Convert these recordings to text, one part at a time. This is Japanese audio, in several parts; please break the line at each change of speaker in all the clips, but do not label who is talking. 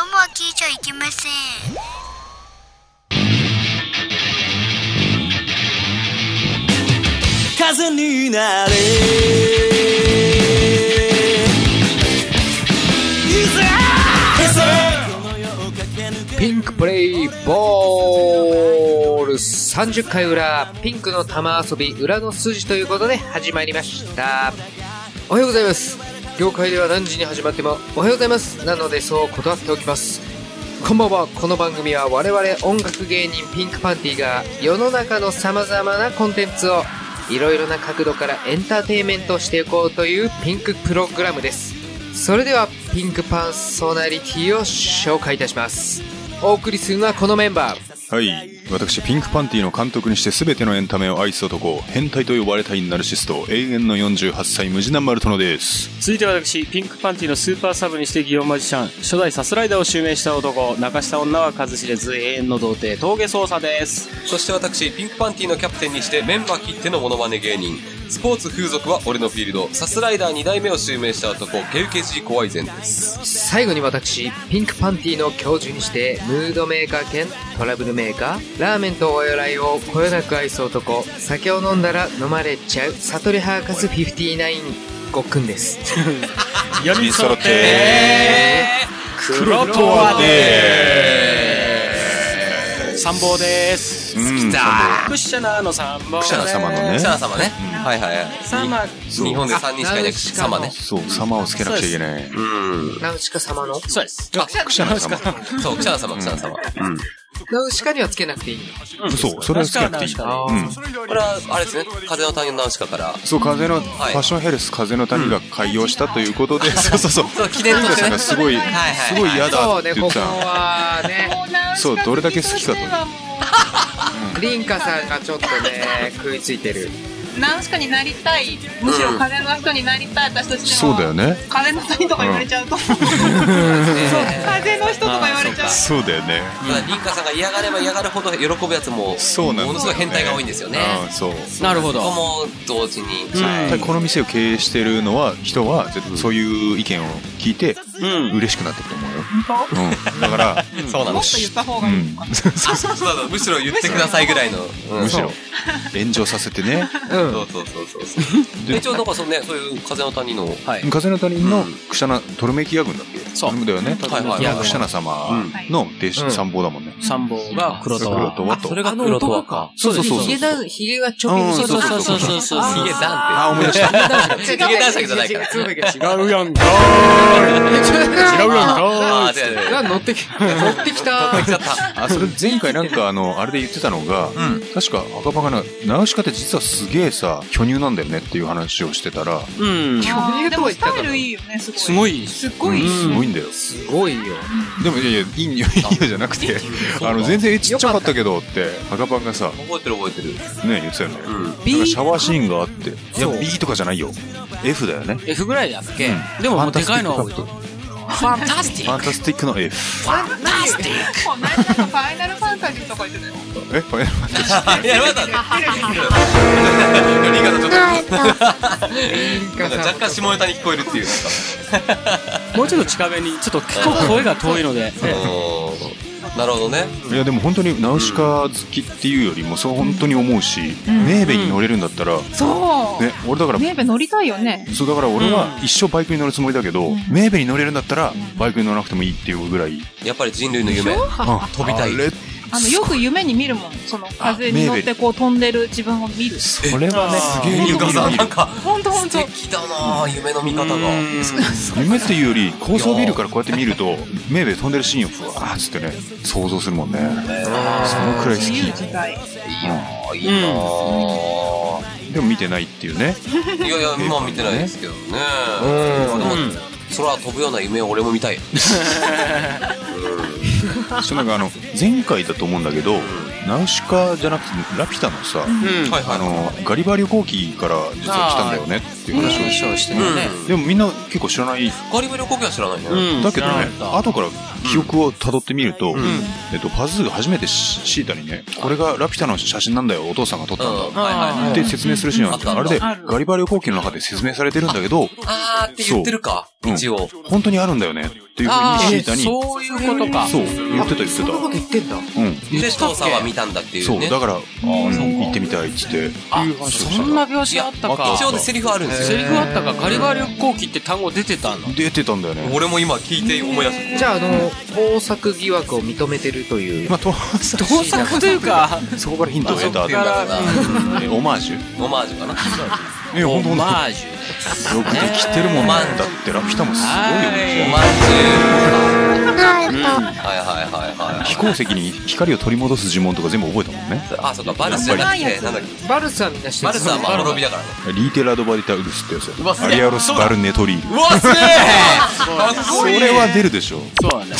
ゃいけません
風になれ
ピンクプレイボール30回裏ピンクの玉遊び裏の筋ということで始まりましたおはようございます業界では何時に始まってもおはようございますなのでそう断っておきますこんばんはこの番組は我々音楽芸人ピンクパンティが世の中の様々なコンテンツをいろいろな角度からエンターテインメントしていこうというピンクプログラムですそれではピンクパーソナリティを紹介いたしますお送りするのはこのメンバー
はい私ピンクパンティの監督にして全てのエンタメを愛す男変態と呼ばれたいナルシスト永遠の48歳ムジナンマルトノです
続いて私ピンクパンティのスーパーサブにして祇園マジシャン初代サスライダーを襲名した男泣かした女は数知れず永遠の童貞峠捜査です
そして私、ピンクパンティのキャプテンにしてメンバー切ってのモノマネ芸人。スポーツ風俗は俺のフィールド。サスライダー2代目を襲名した男、ケウケジー怖いぜんです。
最後に私ピンクパンティの教授にしてムードメーカー兼トラブルメーカーラーメンとお笑いをこよなく愛す男酒を飲んだら飲まれちゃう悟りハーカス59ごっくんです
読み
揃って
黒とはね参謀です
うん
クッシャナーの参謀
クシャナ様のね
シャナ様ね。はいはいはい。
様
日本で3人しかいな
あ
く、様ね。
そう様をつけなくちゃいけない
うん。
ナウシカ様の
そうです
あ、
クシャナ様
そう、クシャナ様、クシャナ様。うん。
ナウシカにはつけなくていい
そうそれはつけなくていい
確か
あ
うん
これは、あれですね、風の谷のナウシカから。
そう風のフ
はい
ァッションヘルス風の谷が開業したということでそうそう そう
そう、記念と
富
し
田さ
て
んが
ね。
すごい
いはい
すごい嫌だ
そう
っ
ね
て
こ
言っ
こ
てた
はね
そうどれだけ好きかと
リンカさんがちょっとね食いついてる
ナウシカになりたいむしろ風の人になりたい私たちでも
そうだよね
風の人とか言われちゃうと、そう風の人とか言われちゃう
そうだよね
まあリンカさんが嫌がれば嫌がるほど喜ぶやつも、
そうなんだよね
ものすごい変態が多いんですよね。
うんそう
なるほ
そ
ど
こも同時に。
絶対この店を経営してるのは人は絶対そういう意見を聞いて
うん
嬉しくなってくと思うよ、うん、だから、
そうなの
もっ。と言った方が
う
いい、
ん、
そうなの。むしろ言ってくださいぐらいの。うん
むしろ炎上させてね
うん
そうそうそうそうそう。
で
一応なんかそのね、そういう風の谷の。
はい
風の谷のクシャナトルメキア軍だっけ
そう
だよね
はいはい
いやクシャナ様の弟子、
うん
参謀だもんね
参謀が黒と
黒
は
とはと
それが黒とはか。
そうです
そうそう
ヒゲダンヒゲがちょび
うん
そうそうそうそうそうそう
ヒゲダンって。
あ思い出した
違う
ヒゲ男爵じゃないから
違う
違うやんか
違う
あー、違う違う違う。
が乗ってき、乗ってきた。
来ちゃった。
あそれ前回なんかあのあれで言ってたのが、確か赤羽がなナウシカって実はすげえさ巨乳なんだよねっていう話をしてた
う
ら、
ん
あーでもスタイル
い。
いいよねすごい
すごい
すっ
う
ご
ん、すご
い、
いんだよ
すごいよ。
でもいやいやいい匂いいい匂いじゃなくてあの全然えちっちゃかったけどって赤パンがさね
覚えてる覚えてる。
言ってたよね、
うん。
なんかシャワーシーンがあっていや B とかじゃないよ F だよね
F ぐらいだっけでももうでかいのは多い
フ
ファンタスティッ
ァンタスティックの F
この間なんかファイナルファンタジーとか言ってたよ
えファイナルファンタジー
いや、まだ。いやリンカさんちょっ
リンカ
と、
さ
若
ん。
干下ネタに聞こえるっていう。
クもうちょっと近めにちょっと結構声が遠いので
うんなるほどね。
いやでも本当にナウシカ好きっていうよりもそう本当に思うし、メーベに乗れるんだったら、ね
そう、
俺だから
メーベ乗りたいよね
そうだから俺は一生バイクに乗るつもりだけど、メーベに乗れるんだったらバイクに乗らなくてもいいっていうぐらい、
やっぱり人類の夢。飛びたい
あ。れ
あのよく夢に見るもんその風に乗ってこう飛んでる自分を見る
それはねすげえ
リンカ さん、なんか、
ほんとほん
素
と
敵だなぁ夢の見方が。
夢っていうより高層ビルからこうやって見るとメーベ飛んでるシーンをふわーっつってね想像するもんねそのくらい好
自由
き
自在
いいなぁ
でも見てないっていうね
いやいや、今は見てないですけどね。
うん。
うん空飛ぶような夢を俺も見たい。
そうなんかあの前回だと思うんだけどナウシカじゃなくてラピュタのさ、
うん
はい
あのガリバー旅行記から実は来たんだよねっっていう話をして、
へ
をしてたね、
でもみんな結構知らない
カリブ旅行機は知らないね。
うん
だけど
知らな
ね
かった
後から記憶をたどってみると、えっと、パズーが初めてシシータにねこれがラピュタの写真なんだよお父さんが撮ったんだ
はいはいは
っ
い。
て説明するシーンがあって
うん
あれで
ある
ガリバー旅行記の中で説明されてるんだけど
あーって言ってるか、
うん
一応。
本当にあるんだよねっていうふうにシータにそう
そういうことか
言ってた言って
そんなこと
た
言ってんだ。
うん
で、父さんは見たんだっていう
そう
ね。
だから行ってみたいっつって
あ
いう話をした
そんな描写あったか
一応ね、セリフあるんです
セ
よ。
リフあったかガリバー旅行記って単語出てたの
出てたんだよね
俺も今聞いて思い出し
じゃあ、あの、盗作疑惑を認めてるという。
まあ、とそ
盗作というか
こからヒントを得た
た。なんだろう
えオマージュ
なオマージュかな。
え
オ
本当
マ
本
ージュ
当よくできてるもんね
オマージュ
だってラピュタもすごいよね
オマージュか。はいはいはいはいはい
飛。行石に光を取り戻す呪文とか全部覚えたもんね
あ、そうか、バルスじゃなくて、なんだっけ。
バルスはみんな知って
バ
る
ルスはまあ、滅びだからね。
リーテラドバディタウルスってやつ
うわす
ア
げえ
リアロスバルネトリール
うわ、すげえかっ
そ
こいい
れは出るでしょ
そうなんだ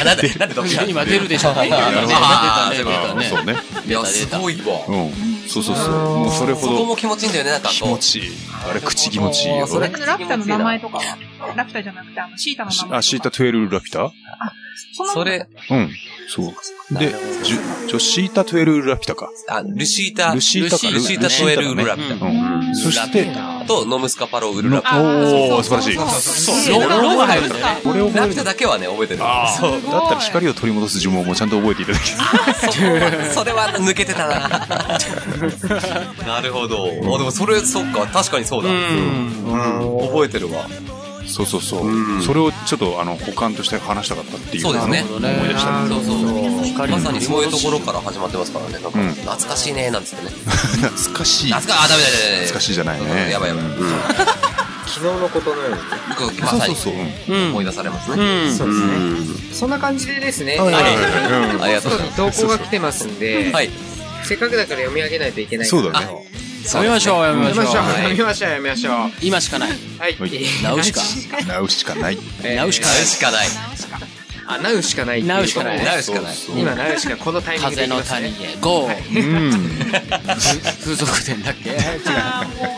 あなんで、なんでどっちだ
今出るでしょうね今ね
あー
出
あー
たね出
そ
た
う
ね
ね
いや、すごいわ。
うんそうそうそうもうそれほ
そこも
ど
気持ちいいんだよね、なんか
気
こ
持
う。
ちいいあれ口気持ちいいよ
それ
ラピュタの名前とかはラピュタじゃなくて、あの、シータの名前とか。
あシータ・トゥエル・ラピュタ
その
それ、
うんそうでジュジョシータ・トゥエル・ラピュタか
あ、ルシータ、
ル
ルシ
シータか
ルシ
ータ・トゥエル・ウルラピ
う
タ。
ん
うんそして
あと、ノムスカパロ・ウル
の
ラピタ。
おお素晴らしい
そうロロが入るんだよね
これを覚
ラ
え
ピ
る
ュタだけはね、覚えてる。
そうだったら光を取り戻す呪文もちゃんと覚えていただき
それは抜けてたな。 なるほど。あ、でもそれ、そっか、確かにそうだ。うん覚えてるわ。
そうそうそうそれをちょっとあの補完として話したかったっていう
そうですね。
あの思い出した
そうそう。
光の
まさにそういうところから始まってますからね。なんか、
うん
懐かしいね、なんつってね。
懐かしい
懐か、あ、ダメだ、ダメだ。
懐かしいじゃない
うん
ね
やばいやばい。
うん
うん
昨日のことのようにね。
ま
そうそ
さに
うそううん
思い出されますね。
そうですね。そんな感じでですね。
はいはい
あの
ありがとうござい
ポストに投稿が来てますんで、
はい。
せっかくだから読み上げないといけない。
そうだね。
読みましょう読みま
読みま
し
し
ょ
ょ
う
う、読みましょう、読みましょう。
今しかない
はい
はい。
ナウシカ
なうしかない
えー
ナウシカ
なるしかない。
あ、ナウしかないっていう。
ナウシカない
なるしかない。
そうそう
今、ナウしか、このタイミングで
風
行き
の
ます
谷
ね。
へゴー
うん
風俗店だっけ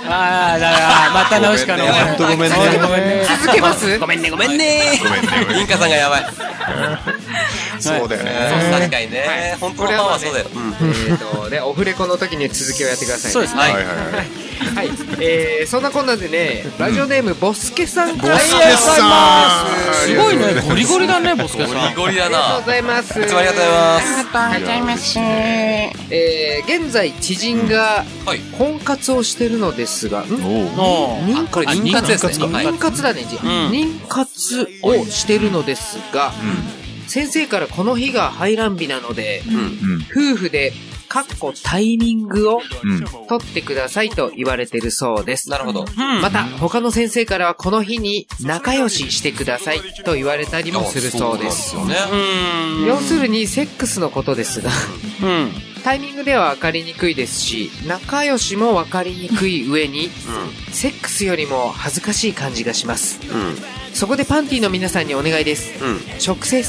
ああだからまたナウシカの
ほんとごめんね
ごめんね
続けます
ごめんねごめんね
ごめんねごめん
インカさんがやばい。
そうだよ
そう
ね
確かにね。本当のファンはそうだよ。うん
えーと、で、オフレコの時に続きをやってくださいね。
そうです
は
ね
いはいはい
はい、えー、そんなこんなでね、ラジオネーム、ボスケさんから。
ボスケさん
あり
す
がとうございます
ごいねゴリゴリだねボスケさん
ゴリ
あ
だ
りがとう
な
ご。ざいます。
いつもありがとうございます。
ありがとうございます。
えー、現在、知人が
はい。
婚活をしてるのですが、ん
お
おー
妊
これ妊活ですね。はい
妊活だね、じ妊活をしてるのですが、先生からこの日が排卵日なので、
うん。
うん
夫婦で、かっこタイミングを
うん
取ってくださいと言われてるそうです。
なるほど。
また、他の先生からはこの日に仲良ししてくださいと言われたりもするそうです。
そうなんですよね。
要するに、セックスのことですが、
うん
タイミングでは分かりにくいですし、仲良しも分かりにくい上に、セックスよりも恥ずかしい感じがします。そこでパンティの皆さんにお願いです。
うん。うん。
直接、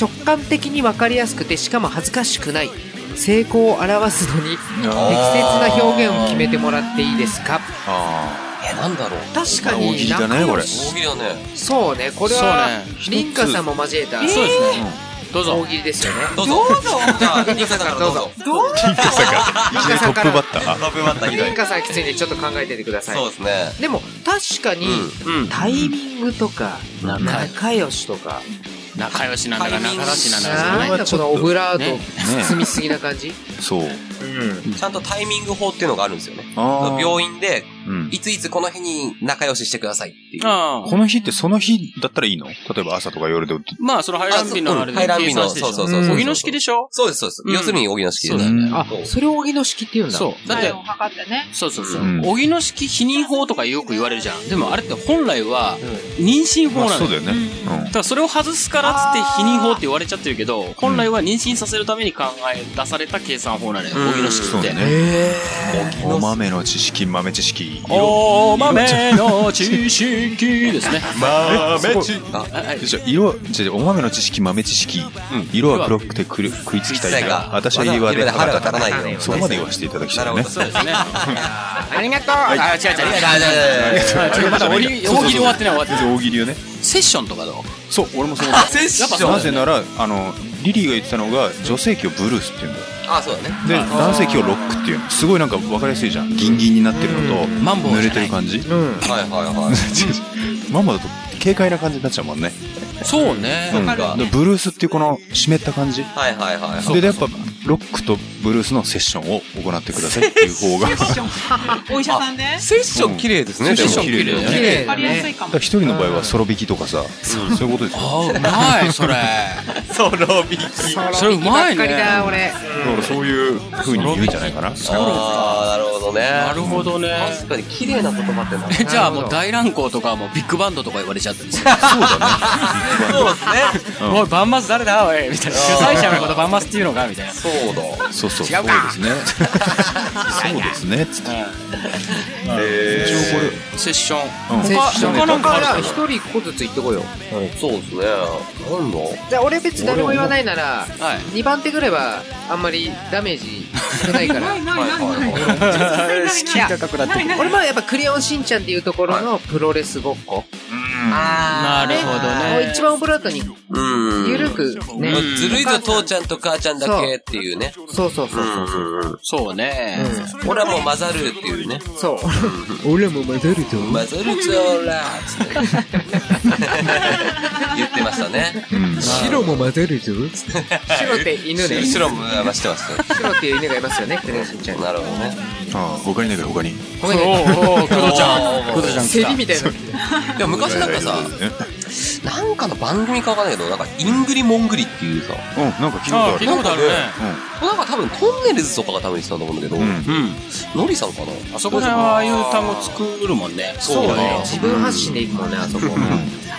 直感的に分かりやすくてしかも恥ずかしくない。成功を表すのに、適切な表現を決めてもらっていいですか
あ
え、なんだろう。
確か
大喜
に
利だね
仲良し、
大喜利だね。
そうね、これは、
そうね
リンカさんも交えた、
そうですねどうぞ
大喜利ですよね。
どうぞ。じゃあ、インカさんからどうぞ。
どう
ーリンカさんがいきなりトップバッター
トップバッター
リンカさんきついんでちょっと考えててください。
そうですね。
でも確かに、
うん
タイミングとか、
仲
仲良
良し
しとか、
仲良しなんだか仲良しなんだか
な
じゃ
ん
ない
だこのオブラー
ね
ト包みすぎな感じ、
そう
ちゃんとタイミング法っていうのがあるんですよね。
あー
病院で、
うん
いついつこの日に仲良ししてくださいっていう。
あ
この日ってその日だったらいいの例えば朝とか夜で
まあその排卵日のあれで
排卵
計
日の、
算して
そう
でし
そう
ょ
そうう。
ん
荻野式でしょ
そうです、そうです。
うん
要するに、荻野式
そう
で
だ
す
よ
ね。
あ、それを荻野式って言うんだ。
そうだっ
誰
て
を測ってね。
そうそうそう
うん
荻野式避妊法とかよく言われるじゃんでもあれって本来は妊娠法
まあ
なの
そ
よ
うだよねうん
だからそれを外すからっつって避妊法って言われちゃってるけど本来は妊娠させるために考え出された計算
の方なのよおぎの式
そう
って
だねお豆の知識豆知識
お豆の知識ですね
豆知識あ
はい
じゃあ色はじゃあお豆の知識豆知識、色は黒くてくる食いつきたい
食いつきたい
が
が
私は岩で
私は
腹
岩で
が
腹が
立
立
た
た
な
ないい
そこまで言わせていただきたいね
そうですねありがとうあ違う違う違う違う違うまだ大喜利
そうそうそう
大喜利終わってない終わってない
大喜利をね
セッションとかどう
そう俺もその
セッション
なぜならあのリリーが言ってたのが女性器をブルースっていうんだよ
あそうだね
で男性器をロックっていうのすごいなんか分かりやすいじゃんギンギンになってるのと
マンボウじゃな
濡
い
れてる感じ
はいはいは い
マンボウだと軽快な感じになっちゃうもんね
そうね
うん
わかるわ
でブルースっていうこの湿った感じ
はいはいはいはい
でやっぱロックとブルースのセッションを行ってくださいっていう方 がだか
お医者さんで
セッション綺麗ですね
セッション
でも
綺
ね
麗だよ
分かりやすいかも
ら一人の場合はソロ弾きとかさそういうことですよ
あうまい それ
ソロビキ
それうまいね
ばっかりだ俺
だからそういう風に言うんじゃないかな
ああなるほどね
なるほどね
確かに綺麗な言葉ってな
えじゃあもう大乱行とかはもうビッグバンドとか言われちゃったりする
そうです ね
おい、バンマス誰だおいみたいな。主催者のことバンマスっていうのかみたいな。
そうだ
そうそうそうですねそうですねつって一応これ
セッション。
セッション他のか
か
な一人1個ずつ言ってこいよ
そうですね。なんだ
じゃあ俺別に誰も言わないなら
はい。
2番手ぐらいはあんまりダメージ少な いから
ないないないないない
いや俺もやっぱクレヨンしんちゃんっていうところのプロレスごっこ。
なるほど
もう
ね。
一番オブラートに
うん
緩くね。
ずるいぞ、父ちゃんと母ちゃんだけっていうね。
そうそうそうそう。
うん
そうね。
俺はもう混ざるっていうね。
そう。俺も混ざると
混ざるぞーらーつって。言ってましたね。
白も混ざるぞ。白って犬ね。
後ろも回してました。
白っていう犬がいますよね、クレヨンしんちゃんに。
なるほどね。
ああ他にないから他に
ごめんね。
おお、クドちゃ ん。
おー
クドちゃん
セリ
来
みたいな。
いや、昔なんかさ、なんかの番組かわかんないけど、なんか、イングリモングリっていうさ、
うんなんか
た。
聞いた
あ
こ
あ、聞い
と
たこ
ある
とあるね。
なんか多分トンネルズとかが多分してたと思うんだけど、
うん
うん。
ノリさんかな
あそこら辺はああいう単語作るもんね。
そうだね
自分発信でいくもんね、あそこ。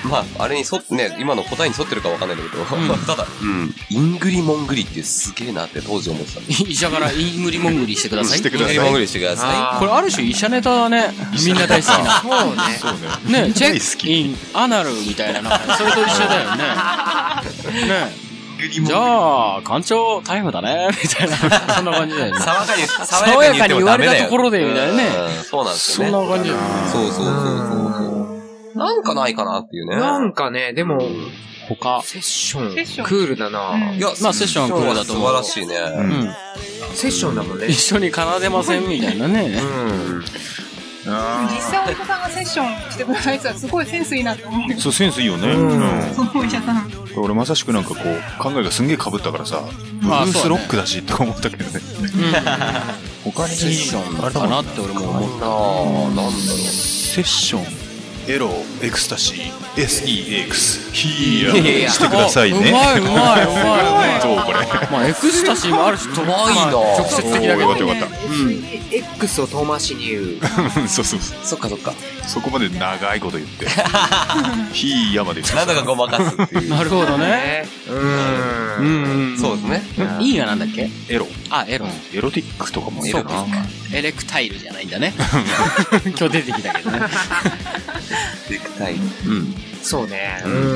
まあ、あれに沿ってね、今の答えに沿ってるかわかんないんだけど、ただ、うん、イングリモングリってすげえなって当時思ってた。
医者からイングリモングリしてください。
してください
イングリモングリしてくださ
これある種医者ネタだね。みんな大好きな。
そうね。
そうね
ね、チェ
大好
ック
き
イン、アナルみたいな、なんかそれと一緒だよね。ね。じゃあ、館長逮捕だね、みたいな、そんな感じだよ
い。
ね。
爽やかに、
爽やかに言われたところで
言
みたいなね。
そうなんです
そん
よね。
な感じだよね。
そうそうそうそう。なんかないかなっていうね。
なんかね、でも、
他。
セッション。
セッション
クールだな。
いや、
まあセッションはこうだと
素
思う
晴らしいね。
う
セッションだもんね
ん。一。緒に奏でませんみたいなね。
実際お医者さんがセッションしてくれたやつはすごいセンスいいなと思うよ
そうセンスいいよねうん
そのお医者さん
俺まさしくなんかこう考えがすんげえ被ったからさブル
まあ
ー
そう
ス
だ
ロ
ね
ックだしとか思ったけどね他に
セッション
あれ
か
だもん
なって俺も思っ
ああ、なんだろう。
セッションエロエクスタシー SEX ヒーヤーしてくださいね
うまいうまいうまいうまい
どうこれ
た。まあエクスタシーもあるし、とま
いな
あ直接的だけ
よかった
ど。
よかっ
X を遠回しに言う。
たそうそうそう
そっかそっか。
そこまで長いこと言ってヒーヤーまで言って
なんだかごまかすっていう。
なるほどね。
うん。
うん。
そうですね。
いいがなんだっけ
エロ
あ、エロ。
エロティックとかもい
そ
る
う
な
か。エレクタイルじゃないんだね。今日出てきたけどね。
でかい。
そうね。うん。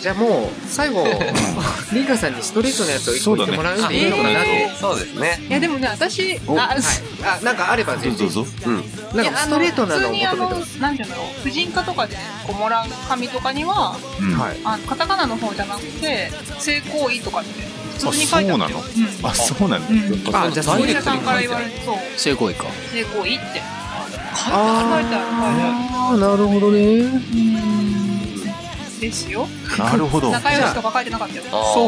じゃあもう、最後、リンカさんにストレートのやつを一個言ってもらうっていいのかなって。
そうですね。
いやでもね私あす
あ、なんかあれば
ど
全
うぞ
然。
どうぞ
なん
い
か
やあ
ストレートなのを
普通にあ
求め
の
てます。
なんていうんだろう婦人科とかでこうもらう紙とかには
うん
はい。
あのカタカナの方じゃなくて性行為とかって普通に書いて
そ
あ
う
る
なのあそうなんだ
うん、うん
あ、じゃあ
お
スト
医
レー
者
ト
さ
に
んから言われてそう
成功いか。
性行為って書いてある書いて
あ
あ
あ、なるほどね。
るですよ
なるほど
仲良しとか書いてなかったよ
そ
か
そ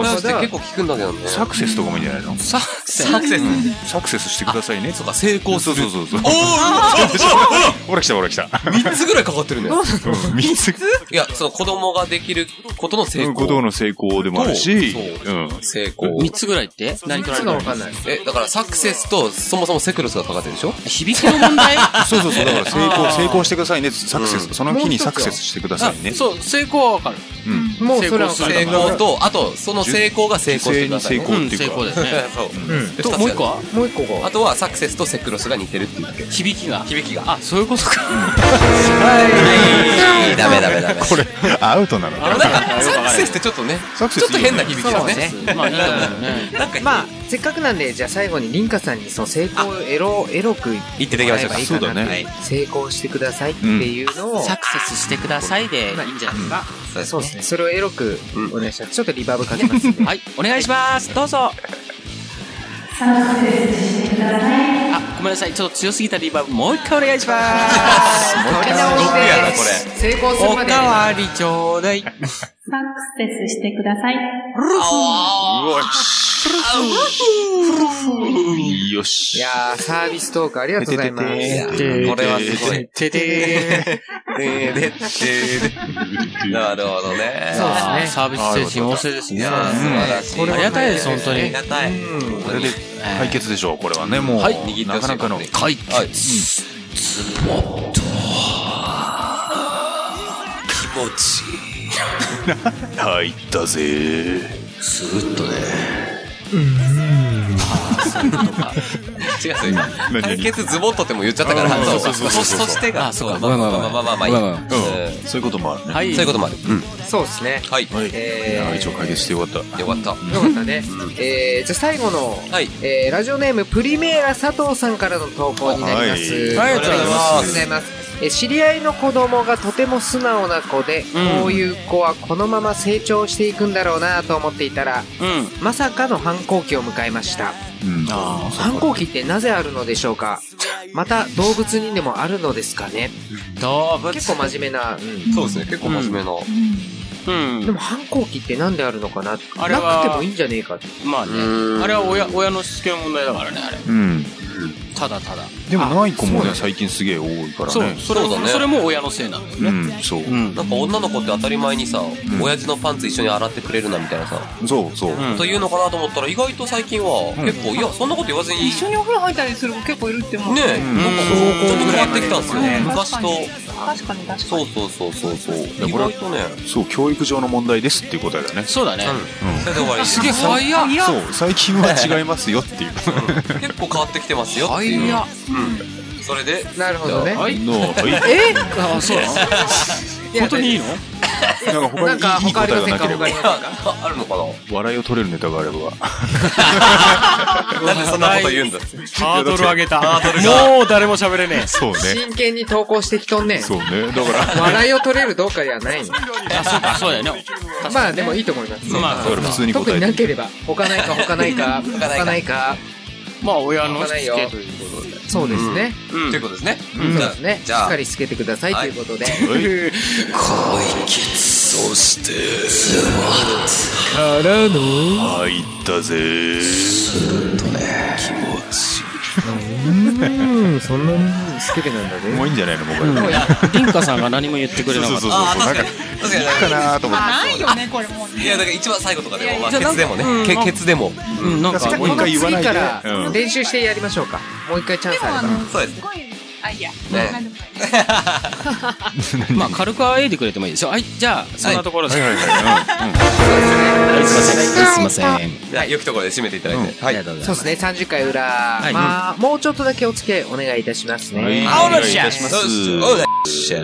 うか。って結構聞くんだけどね。
サクセスとかもいいんじゃないの
サクセ
サクセス。
サクセスしてくださいねとか
成
そ
功
う
す
そう
る。
そうそうそう
お
ほら来たほら来た
お !3 つぐらいかかってるね。
水
いや、その子供ができることの成功。
ことの成功でもあるし
そ、
うん。
成功。
三つぐらいって何取られ
が
る
わ
の
かんない。
え、だからサクセスと、そもそもセクロスがかかってるでしょ
響きの問題
そうそうそう、だから成功、成功してくださいね、サクセス、
う
その日にサクセスしてくださいね。
そう、成功はわかる。
うん。
もうそれはわかんな
成
い
功と、あと、その成功が成功してくださいね。
成
う
功っ
ん、
ていう
成
か
功ですね。
そう。
うん
で
と、もう一個は
もう一個が。
あとはサクセスとセクロスが似てるっていうだけ。
響きが。
響きが。
あ、そういうことか。
はい。ダメダメダメ。
これ、 アウトなの
あの
か
なんか、サクセスってちょっとね、
サクセ
ちょっ
ス
と
いいよ
変な
ね
響きだね。
ね。まあ、いいと思うね。
なんか、
まあ、せっかくなんで、じゃあ最後にリンカさんにその成功をエロ、エロく言って
言っていただきましょうか。
そうだね
はい。
成功してくださいっていうのを、
サクセスしてくださいでいいんじゃないですか。
そうですね。それをエロくお願いします。ちょっとリバーブかけますんで。
はい、お願いします。どうぞ。あ、ごめんなさい。ちょっと強すぎたリバーブ、もう一回お願いします。
取り直し
ロックやなこ
で成功する
お
まで。
かわりちょうだい。
サクセスしてください。
よし。よ
い
し。
やー、サービストークありがとうございます。
これはすごい。
てて
でででなるほどね。
ー。
そうですね
サービス精神旺盛です
い
ね。
や
あ
ー素晴らしい。
りがたいです、本当
あ
に
り。がたい。
これで解決でしょう、これはね、もう。
はい握ってほしい
なかなかの。
解決。
はい
入ったぜ。
違う、それ
何
解決ズボッとっても言っちゃったから、そうそうそう。そしてが、そうまあまあまあまあまあいい。うん
うん。そういうこともあるね。
は
はい。
い。
そういうこともある。うん。
そうですね。
はい。
はい。
え
い
ー
や一応解決してよかった。
よかった。
よかったね。 えー、じゃあ最後の、
はい
えー、ラジオネームプリメーラ佐藤さんからの投稿になります。
はい
あ
あり
りがとうございます
がとうございます。えー知り合いの子供がとても素直な子で、
うん
こういう子はこのまま成長していくんだろうなと思っていたら、
うん。
まさかの反抗期を迎えました。
うん。
あ
反抗期ってなぜあるのでしょうかまた動物にでもあるのですかね
あ。動物。
結構真面目な、うん
そうですね、結構真面目な。
うん
で。も反抗期ってなんであるのかな
あれは
なくてもいいんじゃねえかって
まあね。あれは親、親のしつけの問題だからね、あれ。
うん。
ただただ。
でもない子
あそう
も
だ
ね、
ね
最近すげえ多いから
そう、
ね。
それ
そうだね
それも親のせいなのよ
う
ね。
ん、そう。
うん。
なんか女の子って当たり前にさ、親父のパンツ一緒に洗ってくれるなみたいなさ、
そうそう。
うん
というのかなと思ったら、意外と最近は、結構、いや、そんなこと言わずに、
一緒にお風呂入ったりする子結構いるって思う。
ねえ、
ん
なんかちょっと変わってきたんですよ
ね。
昔と。
確かに確かに。
そうそうそうそうそう。
や
意
これ
外とね。
そう、教育上の問題ですっていうことだよね。
そうだね。
それで終わり。
すげえ早っ。
そう、最近は違いますよっていう
結構変わってきてますよっていう。うん。それで、
なるほどね
はい
のを、はい
あ、そうなの本当にいいの
なんか
なんか
他にいいいい
他ありません
答えが
か
なけ
他あ
れば
り、ませんか
ああるのかな
笑いを取れるネタがあれば。
なんでそんなこと言うんだ
ハードル上げた。
ハードルが
もう誰も喋れね
そうね。
真剣に投稿してきとんね
そうね。だ から、
笑いを取れるどうかではないの
え。あ、そうか、そうだよね。
まあでもいいと思います
まあ、
だから普通に
特
答
にな
えて。
ければ他ないか他ないか
かないか
他ないか
まあ、親の
他
し
ない
つ
よ
けという。
そうですね
うん
ということですね。
そう
じゃ
で
あ
すねしっ
じゃあ
か、りつけてくださいということで
はい
からの
入ったぜ。
うんそんなにつけてなんだね
もういいんじゃないのもうこれ。そう
リンカさんが何も言ってくれなか
そ
っ
うそう。
た。
なんか、
確かに
かなーと思っ
まあないよね、これもう
い
ね。
や、だから一番最後とかでも、まあ、
いや
ケツでもね
なん。か
けケツでも。
うん、なん
確
か、
かに
もう
も
一
う一
回
回
言わないで
から
うん
練習してやりましょうか。もう一回チャン
で
ス
も
あ
あ
れば。
の、
そうです
すごい、あ、いいや、
ね
なんでもない。。
まあ、軽くあえいでくれてもいいですよ。はい、じゃあ、そんなところで。はい、すいません。すいません。
じゃあ、良きところで締めていただいて。
はい、ありがとうござい
そ
ま
う
す。
ですね、30回裏。
い
まあ、もうちょっとだけお付き合いお願いいたしますね。
はい
あおろ
お願い
し
い
ゃ
たします。
おうだしゃ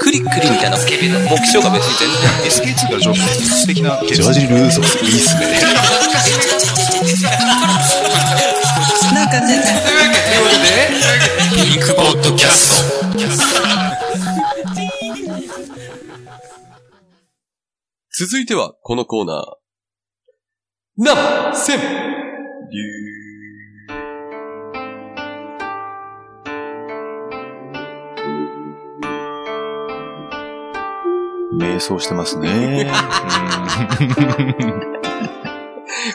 クリクリみたいなスケベな目標が別に全然
SK2 からジョーク素敵なジャージルーソースいいっすね。
続いては、このコーナー。な、せん、りゅ
瞑想してますね。
う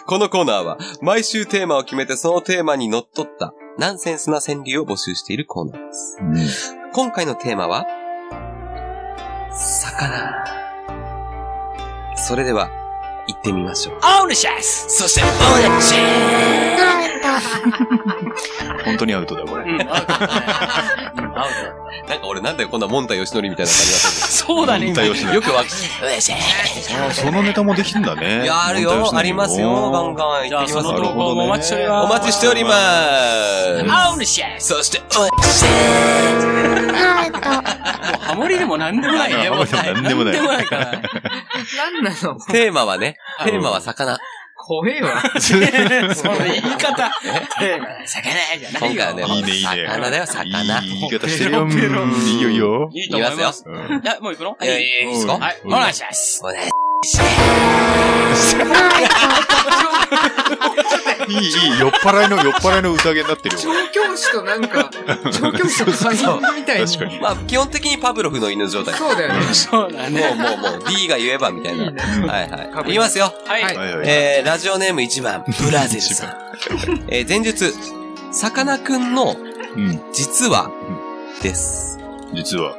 このコーナーは、毎週テーマを決めてそのテーマにのっとった、ナンセンスな川柳を募集しているコーナーです。
うん
今回のテーマは、かなそれでは、行ってみましょう。
オールシャス
そして、オーチ
本当にアウトだ、これ。
うん、アウトだね。うんアウトだね
なんか俺なんだよ、こんなモンタヨシノリみたいな感じだっ
そうだね。
本田よしの
た。よくわか
あそのネタもできんだね。
いや、あるよ、ありますよ、ガン
ン。
ガン
じ
行
ゃあ、
ってきま
そ
す
の
よ。
投稿もお待ちしております。
お待ちしております。
アウルシャス
そして、
もうハモリでもなんでもないね。
ハモリでもなんでもない
なんでもないから。
なんなの
テーマはね、テーマは魚。
怖えわ。
その言い方。魚じゃない
今回はね、
いいねいいね
魚だよ、魚。
いい言い方してるよ。うん
ペロペロ
いいよいいよ。
いい
と
と
思
思
い
い
ま
ますす。
うん
いや、もう行くの
えーいいですか
うん
はい、お願いします。
お願い
いい、いい、酔っ払いの、酔っ払いの宴になってるよ。
調教師となんか、調教師と感動みたいに。
確かに。
まあ、基本的にパブロフの犬の状態。
そうだよね。
そうだね。
もうもうもう、D が言えばみたいな。
いいね
はいはい。言いますよ。
はい。
はい
はいはい。
えー、ラジオネーム1番、ブラゼルさん。えー、前述、さかなクン
う
の、
ん、
実は、です。
実は。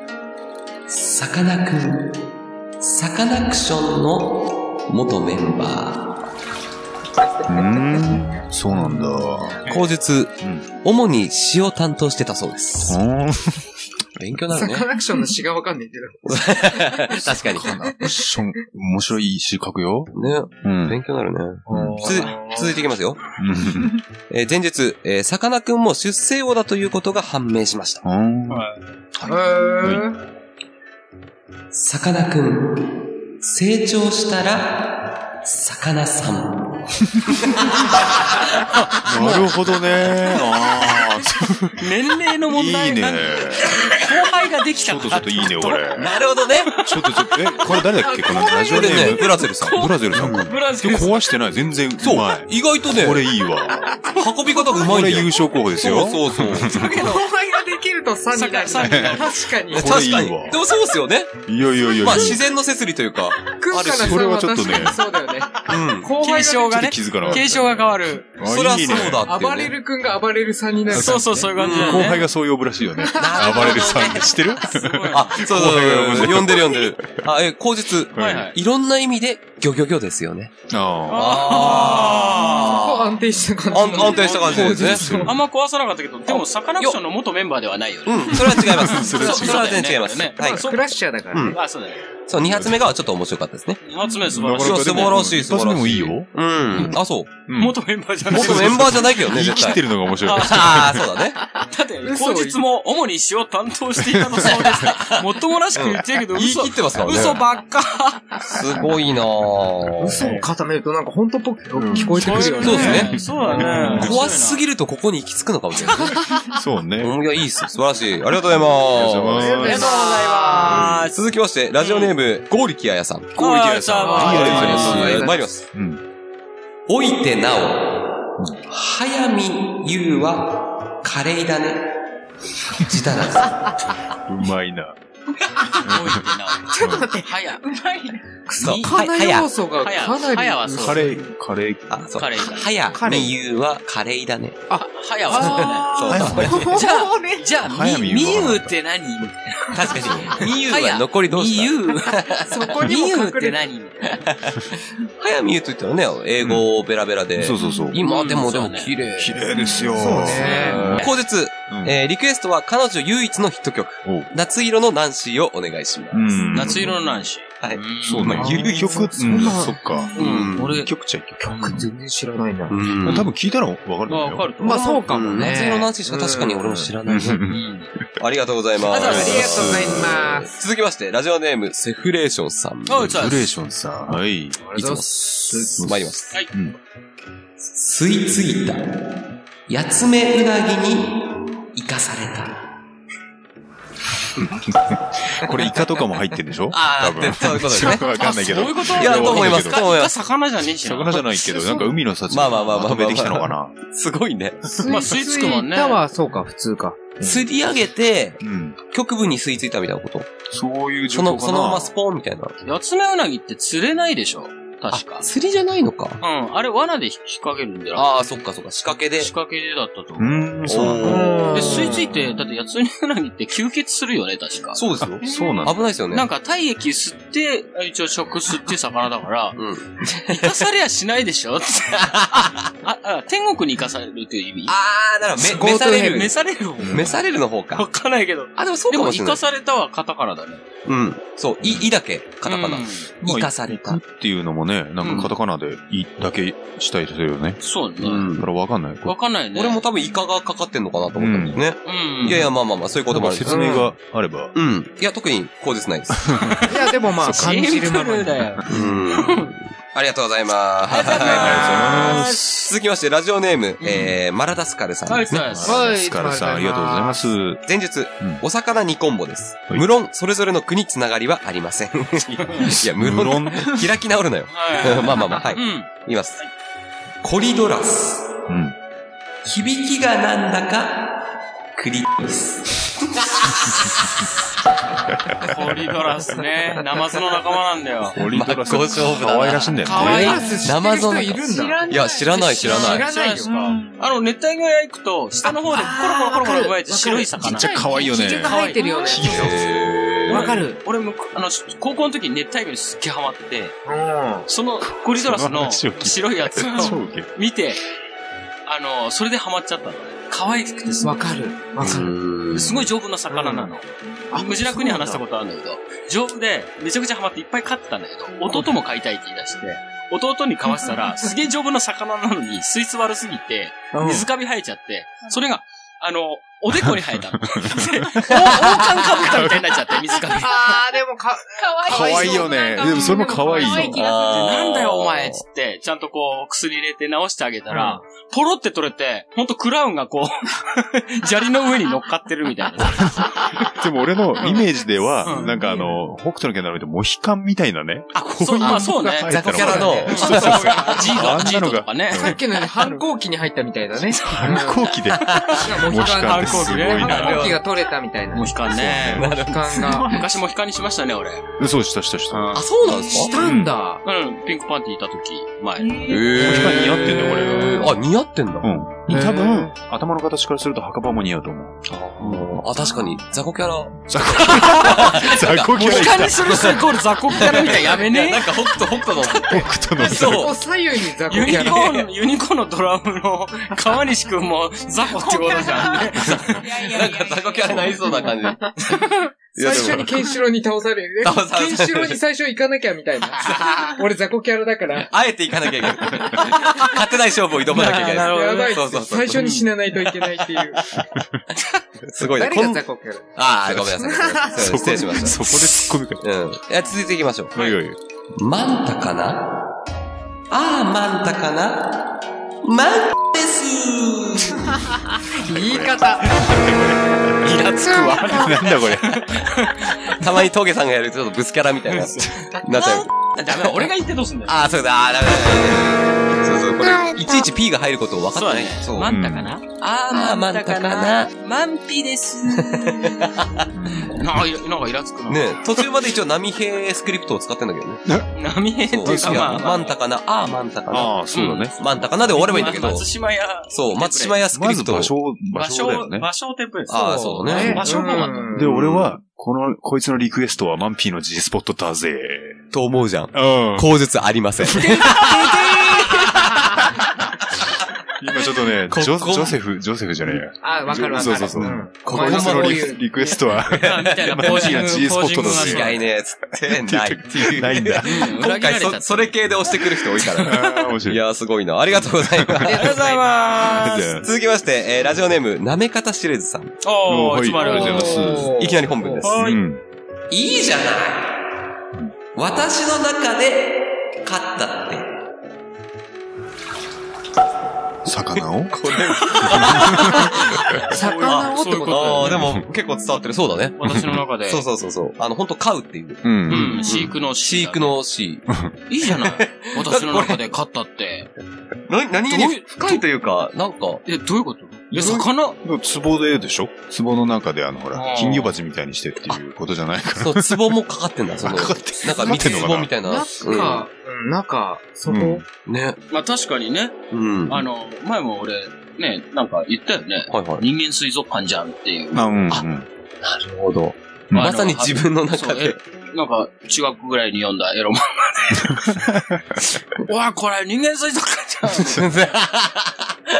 さかなクン、サカナクションの元メンバ
うーん、そうなんだ。う
ー。後日、
ん
主に詩を担当してたそうです。
ーん。
勉強にな
サ
るね。
カナクションの詩がわかんないけど。
確かに。
一緒に面白い詩書くよ。
ね、
うん。
勉強になるね。
うん
つ続いていきますよ。
うん
えー前日、えー、さかなクンも出世王だということが判明しました。
うん
へ
さかなクン、成長したら、さかなさん。
なるほどね。あ
年齢の
あ、い
問
い
題
ね
なん。後輩ができ
ち
た
ょっと
か
ちょ
ら
っといいね、これ。
なるほどね。
ちょっとちょっと、え、これ誰だっけこのラジオ
こ
ネ
れ
ー
ね、ブ
ム。
ラゼルさん。
ブラゼルさんか。
ブラジル
壊してない、全然。
そう
まい。
意外とね、
これいいわ。
運び方がうま
こ
いん
れ
だよ
優。勝候補ですよ。
そうそうそう。
ー。だけど、後輩ができると3になる。
さ
確かに。
これい
確
い
か
わ
に。でもそうですよね。
いやいやいや。
まあ自然の摂理というか。
クンカナさん
それは
は
ちょっと
確
ね
かにそうだよね。
うん。
後輩
継承
が
がね
ちょっと気づかなかっ、た
継承が変わる。
あ
そりゃそ
い
うだ
いね
っていうね。
暴れるくんが暴れる3になる。
そうそう、そういう感じだよね。
後輩がそう呼ぶらしいよね。暴れるさん知ってる
すごい。
あ、そうそう
後輩が面
そう。
白い
呼んでる呼んでる。あ、え、後日。
はいはい。
いろんな意味で、ギョギョギョですよね。
あ
こう
あ
安定した感じ。
安安定した感じですね。
あんま壊さなかったけど、でもサカナクションの元メンバーではないよね。
うん、それは違います。 それは
そう
それは全然違います。
そうだよね
は
ま
い
あ。クラッシャーだからね。
あ、そうだね。
そう、二発目がちょっと面白かったですね。
二発目素
あ。
晴らしい
そう。素晴らしい
一発目もいいよ。
うん。あ、そ
う
う。
ん
元メンバーじゃない。
元メンバーじゃないけどね、
言い
絶
切って
対。
るのが面白い。
ああ、そうだね。
だって、後日も主に詩を担当していたのそうですね。もっともらしく言ってるけど、
言い
嘘
切。ってますからね。
嘘ばっか。
すごいなぁ。
嘘を固めるとなんか本当っぽく聞こえてくるよね。
そうですね
そうだね。
怖す
る。
ぎるとここに行き着くのかもしれない。
そうね。
うんいや、いいっす。素晴らしい。ありがとうござい
あ
ま
り
す
がとうございます
あー、
続きまして、ラジオネーム、ゴーリキアヤさん。
ゴーリキアヤさん
ありがとうございま
あ
す。
りがとうございます
参ります。
うん。
おいてなお、早見優は、カレーだね。自たらず。
うまい な。
多いってな。
ちょっと待って、
早いう
まいね。
そう
かなり
は
要素が
早
かなり。
早はそう
カレー、カレー。
あ、そう。
カレーだ
早見優は、カレーだね。
早はそうだね。じゃあ、じゃあ、み、みゆって何
確かに。みゆ
はや
は残りどう
み
した
ゆ。
そこに
み
も
ゆっ
隠
て
れて
何
早見優と言ったらね、英語ベラベラで。
そうそうそう。
今でもで
そ
も
うね
綺麗。
綺麗ですよ。
そうね。
後日、
うん
えーリクエストは彼女唯一のヒット曲
おう、
夏色のナンシーをお願いします。
うん
夏色の男子。
はい。
そうね
まあ。
唯一曲、うん、
そんな
そっか。
うん。俺、
一曲っちゃ一曲。
曲全然知らないな。
うん
多分聞いたらわかるんだよ。
わかると思
まあそうか
う
も
ん
ね。
夏色のナンシーしか確かに俺も知らない。
う。
うんん。
ありがとうございま
あり
す。
がとうございます。
す。続きまして、ラジオネーム、セフレーションさん。
あ、じゃあ
フ、レーションさん。はい。
いつも、
す
参ります。
はい
うん
吸い付いた、八つ目うなぎに生かされた。
これイカとかも入ってるでしょ
あ
多
ー
分
でそういうことですね
よ くわかんないけど。
あそういうこと
いや、と思います。
わ
と
かんないけど
思い
イ
ま
カ
す。
魚じゃねえしな。
魚じゃないけど、なんか海の幸
まあまあまあまあまあ
まとめてきたのかな。
すごいね。
ま
ス
あス
イ
イ
ー
ー
ツ
ツ
く
く
も
も
ね。
ね
たはそうか、普通か。
釣り上げて、
うん。
局部に吸い付いたみたいなこと
そういう状
そ
況か
の、
な。
そのままスポーンみたいな。
八つ目うなぎって釣れないでしょ確か
あ、。釣りじゃないのか。
うん。あれ、罠で引っ掛けるんだよ。
ああ、そっかそっか。仕掛けで。
仕掛けでだったと思う。
うーん、そうなんだ。
う
え吸い付いて、だって八つになぎって吸血するよね、確か。
そうですよ。
そうなんだ。
危ないですよね。
なんか体液吸って、一応食吸って魚だから、
うん。
生かされやしないでしょってああ、天国に生かされるっていう意味
あー、なら、
スコート
め、召され
ヘ
召
る。
される方
召されるの方
わ
か。
かんないけど。
あ、でもそう
で
か
も、
もし
生
れ
か
ない。
されたはカタカナだね。
うん。そう、い、いだけ、カタ
う
カナ
ん。
まあ
生かされた。
行くっていうのもね、なんかカタカナでいだけしたりするよね。
そうね。
だからわかんない。こ
わかんないね。
俺も、多分イカがかかってんのかなと思ったんですね。
うん。
いやいや、まあまあまあ、そういうこ
れ
と
なん
もあ
か
るんです
説明があれば。
うん。いや、特に、口実ないです。
いや、でもまあ、
シ
感じる
ンプ
まま
ル
に。
だよ。
うん。 ありがとうございます。
ありがとうございます。
続きまして、ラジオネーム、えー、マラダスカルさん
は
で
い、
すね。
はい。
はい
スカルさん、ありがとうございます。
前述、
ん
お魚煮コンボです。
はい
無論、それぞれの国つながりはありません。いや、無
無論。
論、
うん。
開き直るなよ。 まあまあまあ、はい。
う
言
ん。
います。コリドラス。響きがなんだか、クリトリス。
コリドラス ね。ナマズの仲間なんだよ。
オリトラス。
真っ向勝負だな
可愛らしいんだよ
可
ね。
愛い
ナマズ知ってる人いるん
知
だ。
らない。
いや、知らない、知ら
知
ない。
らないよ
知らないですかあの、熱帯魚屋行くと、下の方でコロコロコロコロ動いて白い魚。
ちっちゃい可愛いよね
ひげが生えてるよね。
へー
わかる。
俺も、あの、高校の時に熱帯魚にすっげえハマってて、
うん。
そのコリドラスの
その話を聞いた
白いやつ
超
を
ウケる
見て、あの、それでハマっちゃったのね。可愛くてすごい
わかる。わかる。
すごい丈夫な魚なの。あ、ムジナ君に話したことあるんだけど、丈夫で、めちゃくちゃハマっていっぱい飼ってたんだけど、弟も飼いたいって言い出して、弟に飼わせた ら、すげえ丈夫な魚なのに、水質悪すぎて、水カビ生えちゃって、それが、あの、おでこに生えたの。 で、王冠かぶったみたいになっちゃ って、水カビ。で
あー、でもか、
か
可
わい
愛いよね。でもそれも可愛い
可愛い
よ。
気が
なんだよお前っつって、ちゃんとこう、薬入れて治してあげたら、ポロって取れて、ほんとクラウンがこう、 砂利の上に乗っかってるみたいな。
でも俺のイメージでは、
うん
なんかあの、北斗の拳の上でモヒカンみたいなね。
あ、そう、まあそうね。
ザコキャラの、
ジート、ジ
あんな
ー
の
ト
が
とかね。
さっきのね、反抗期に入ったみたいだね。
反抗期 で。
期
モヒカンってすごい
モヒカン
な。
反抗期が取れたみたいな。
モヒカンね。
モヒカンが。
昔モヒカンにしましたね、俺。う
そうしたしたした。
あ、そうなんです
し
か
たんだ。
ん、ピンクパンティいた時、前。
似
え
合ってんだよ俺
あ、似合ってんだ。
うん。多分、頭の形からすると墓場も似合うと思う。
あ、確かに、ザコキャラ。
雑魚。雑魚キ
モ
ャラ
ヒ
い
カ
た
ンにする人イコール雑魚キャラみたいやめ
いやな
ね
んか北斗、北斗の、
北斗の
そう
こう左右にザコキ
ユニコ
ャラ。
ーン、ユニコーンのドラムの川西くんも雑魚ってことじゃんね。
なんかザコキャラになりそうな感じ。
最初にケンシロウに倒されるね
倒さ。れる
ケンシロウに最初行かなきゃみたいな。俺ザコキャラだから。
あえて行かなきゃいけない。勝てない勝負を挑まなきゃいけ
なる
ない。
ほど
やばいっ
そう
つ
そ
っ
う
て
そう
最初に死なないといけないっていう。
すごいね。
誰が
こん
ザコキャラ
ああ、ごめんなさいごめんなさい。
そこ
失礼しまし
そこで突っ込むか
た。うん。いや、続いていきましょ
ら。はいはい。
う。マンタかなああ、マンタかなマンです
言い方。
イラつくわ。
なんだこれ。
たまに峠さんがやるとちょっとブスキャラみたいな。なっちゃう。
ダメだ、俺が言ってどうすんだよ。
ああ、そうだ、ああ、ダメだダメだ。そうそう、これ、いちいち P が入ることを分かってない。そう。
マ
あ
ンタかな
あ、まあ、マンタかな。
マンピです。なんかいら、なんかイラつくな。
ねえ途中まで一応波平スクリプトを使ってんだけどね。
波平って
そう
いうか、
いや
まあ、ま
マ
あ
ンタかな、ああ、マンタかな。
ああ、そうだね。
マンタかなで終わればいいんだけど。
松島屋。
そう、松島屋スク
ま
リ
ず
プトを。
場所、場
場
所
所
だよね。
場所テープです。
ああ、そうだね。
場所もあった
うん
で、俺は、この、こいつのリクエストはマンピーの G スポットだぜ。
と思うじゃん。
うん。
口述あ りません。
今ちょっとね、
ここ
ジョジョセフ、ジョセフじゃねえや。
あ、わかるわかる。
そうそうそうんこ
お前
いつの
こう
リ
いう
クリクエストは、
みたいなポージング。
マンピーの G スポ ットだ
ポージングが
違いねえ、つって。ないっていう。
ないん だ。
うん
今
裏切られち
回
ゃっ
そ、
た
それ系で押してくる人多いか ら。
ああ、面白
い
い。
やー、すごいな。ありがとうございます。
ありがとうございま
じゃあ
す。
続きまして、えーラジオネーム、なめ方しれずさん。
おー、いつもありがとうございます。
そ
いきなり本文です。
う
はい
ん。
いいじゃない。私の中で、勝ったって。
魚を
これ
魚をってことだよね
ああ、でも結構伝わってる。そうだね。
私の中で。
そうそうそうそう。あの、ほんと、飼うっていう。
う。
うんん、飼育の
飼育。の飼。
いいじゃない。私の中で飼ったって。
な、何
どうい
に深いというか、なんか、
え、どういうことえ、
で
魚
も壺ででしょ壺の中であの、ほ
あ
ら、
ー
金魚鉢みたいにしてっていうことじゃないから。
そう、壺もかかってんだ、その、
かかってる
なん
か
か、
か
三
ってん
つ
のかな
壺みたいな。
なんか、うんなんか、そこ。
うんね。
まあ確かにね、
うん。
あの、前も俺、ね、なんか言ったよね。
はいはい。
人間水族館じゃんっていう。
あ、うん、うん。
あ
なるほど。
うん
まさに自分の
そ
中
う
で。
えなんか、中学ぐらいに読んだエロ漫画 で。うわ、これ人間水族館じゃん。すいま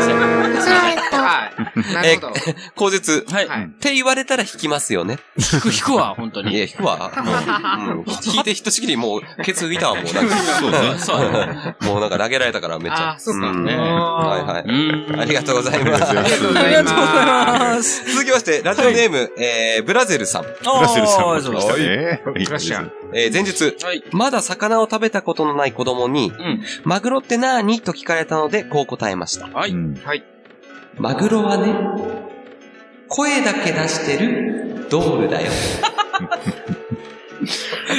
せん。
はい。なるほど。
口述。
はい。
はい
って言われたら弾きますよね。
引く、引くわ、 本当
い
に。
や、弾くわ。うん弾いてひとしきりもう、ケツ浮いたわ、もうなんか。
そうね
そうね。
もうなんか投げられたからめっちゃ。
あーそうっすか
ん
ね
はいは
う
い。
ーん。
ありがとうございます。
ありがとうござ
います
す。続きまして、ラジオネーム、えーブラゼルさん。
ラッセルさん
お
も
ー
来
そう
ま
で
し
す
たね。
いクラッシャー
えー前述。
はい。
まだ魚を食べたことのない子供に、
うん。
マグロってなーにと聞かれたので、こう答えました。
はい。
うん
マグロはね、声だけ出してるドールだよ。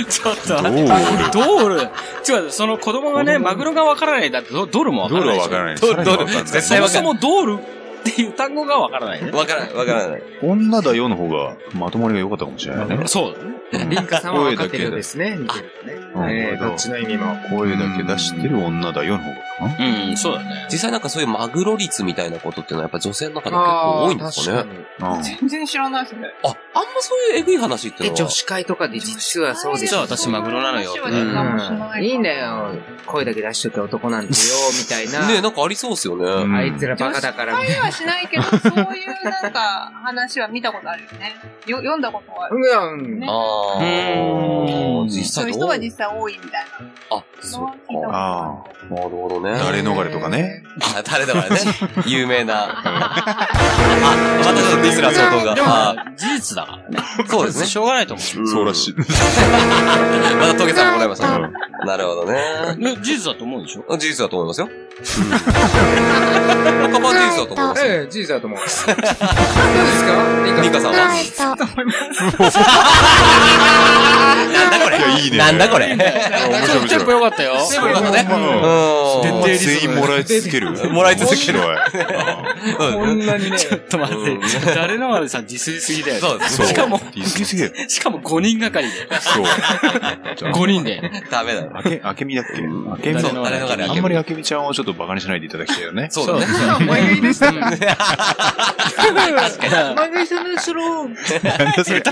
ちょっと
ド
待って、
ール。
ドール。ちょ、その子供がね、マグロがわからない。だってド、ドルもわ
ド
か
ー
ら
ル
な
はい
でし
わ
ょ。
からない。
ドールドール
わかんない
絶対わか
そ
んな
もそもドールっていう単語がわからないね。
わからん、わからない。
女だよの方が、まとまりが良かったかもしれないね。
そう。
リンカさんは分かってるようですね。見てるとね。
うん
えーどっちの意味も。
声だけ出してる女だよの方がな。
うん、そうだね。
実際なんかそういうマグロ率みたいなことってのはやっぱ女性の中で結構多いんですかね。
ね。
うん
全然知らないですね。
あ、あんまそういうエグい話っての
え、
は。
女子会とかで実はそうです
実は私マグロなのよ。
う
うんん。いいんだよ。声だけ出しとけ男なんてよ、みたいな。
ねえ、なんかありそうっすよね。
うん
あいつらバカだから。
会はしないけど、そういうなんか話は見たことあるよね。よ読んだことはある。
うん。
あ
うー
ー
ん
実
そう
際ど
いう人
う
は実際多いみたいな
あ、
の
そ
は
っ
聞いたこと
か。
あ
なるほどね。
あ。誰逃れとかね。
あ 誰だから ね。有名な。あ、またちょっとディスら相当が。
でも
あ、
事実だからね。
そうですね。
しょうがないと思う。
そうらしい。
い。またトゲさんもらいました。
うん
なるほどね。
ね事実だと思うでしょ
事実だと思いますよ。半ば事実だと思いますよ。
ええ、事実だと思う。どうですかリンカ
ミカさんはなんだこれ
いやいいね
なんだこれ
面白い面
テンポ
白い。
良かったよ。
テンポ良かったね
ほんまうん
うん。
全員もらい続ける。
もらい続ける
面白い。
こんなにね。
ちょっと待って、誰のまでさ、ディスりすぎだよ。
そうです
そう。
しかも
ディスりすぎる。
しかも5人がかりで。
そう。
5人で。
ダメだろ。
あけ、あけみだっけあけみ
誰
そう
の
あれだから
あんまりあけみちゃんをちょっとバカにしないでいただきたいよね。
そうだね。
うん
漫画一緒にしろ。
なんだそりゃ。
な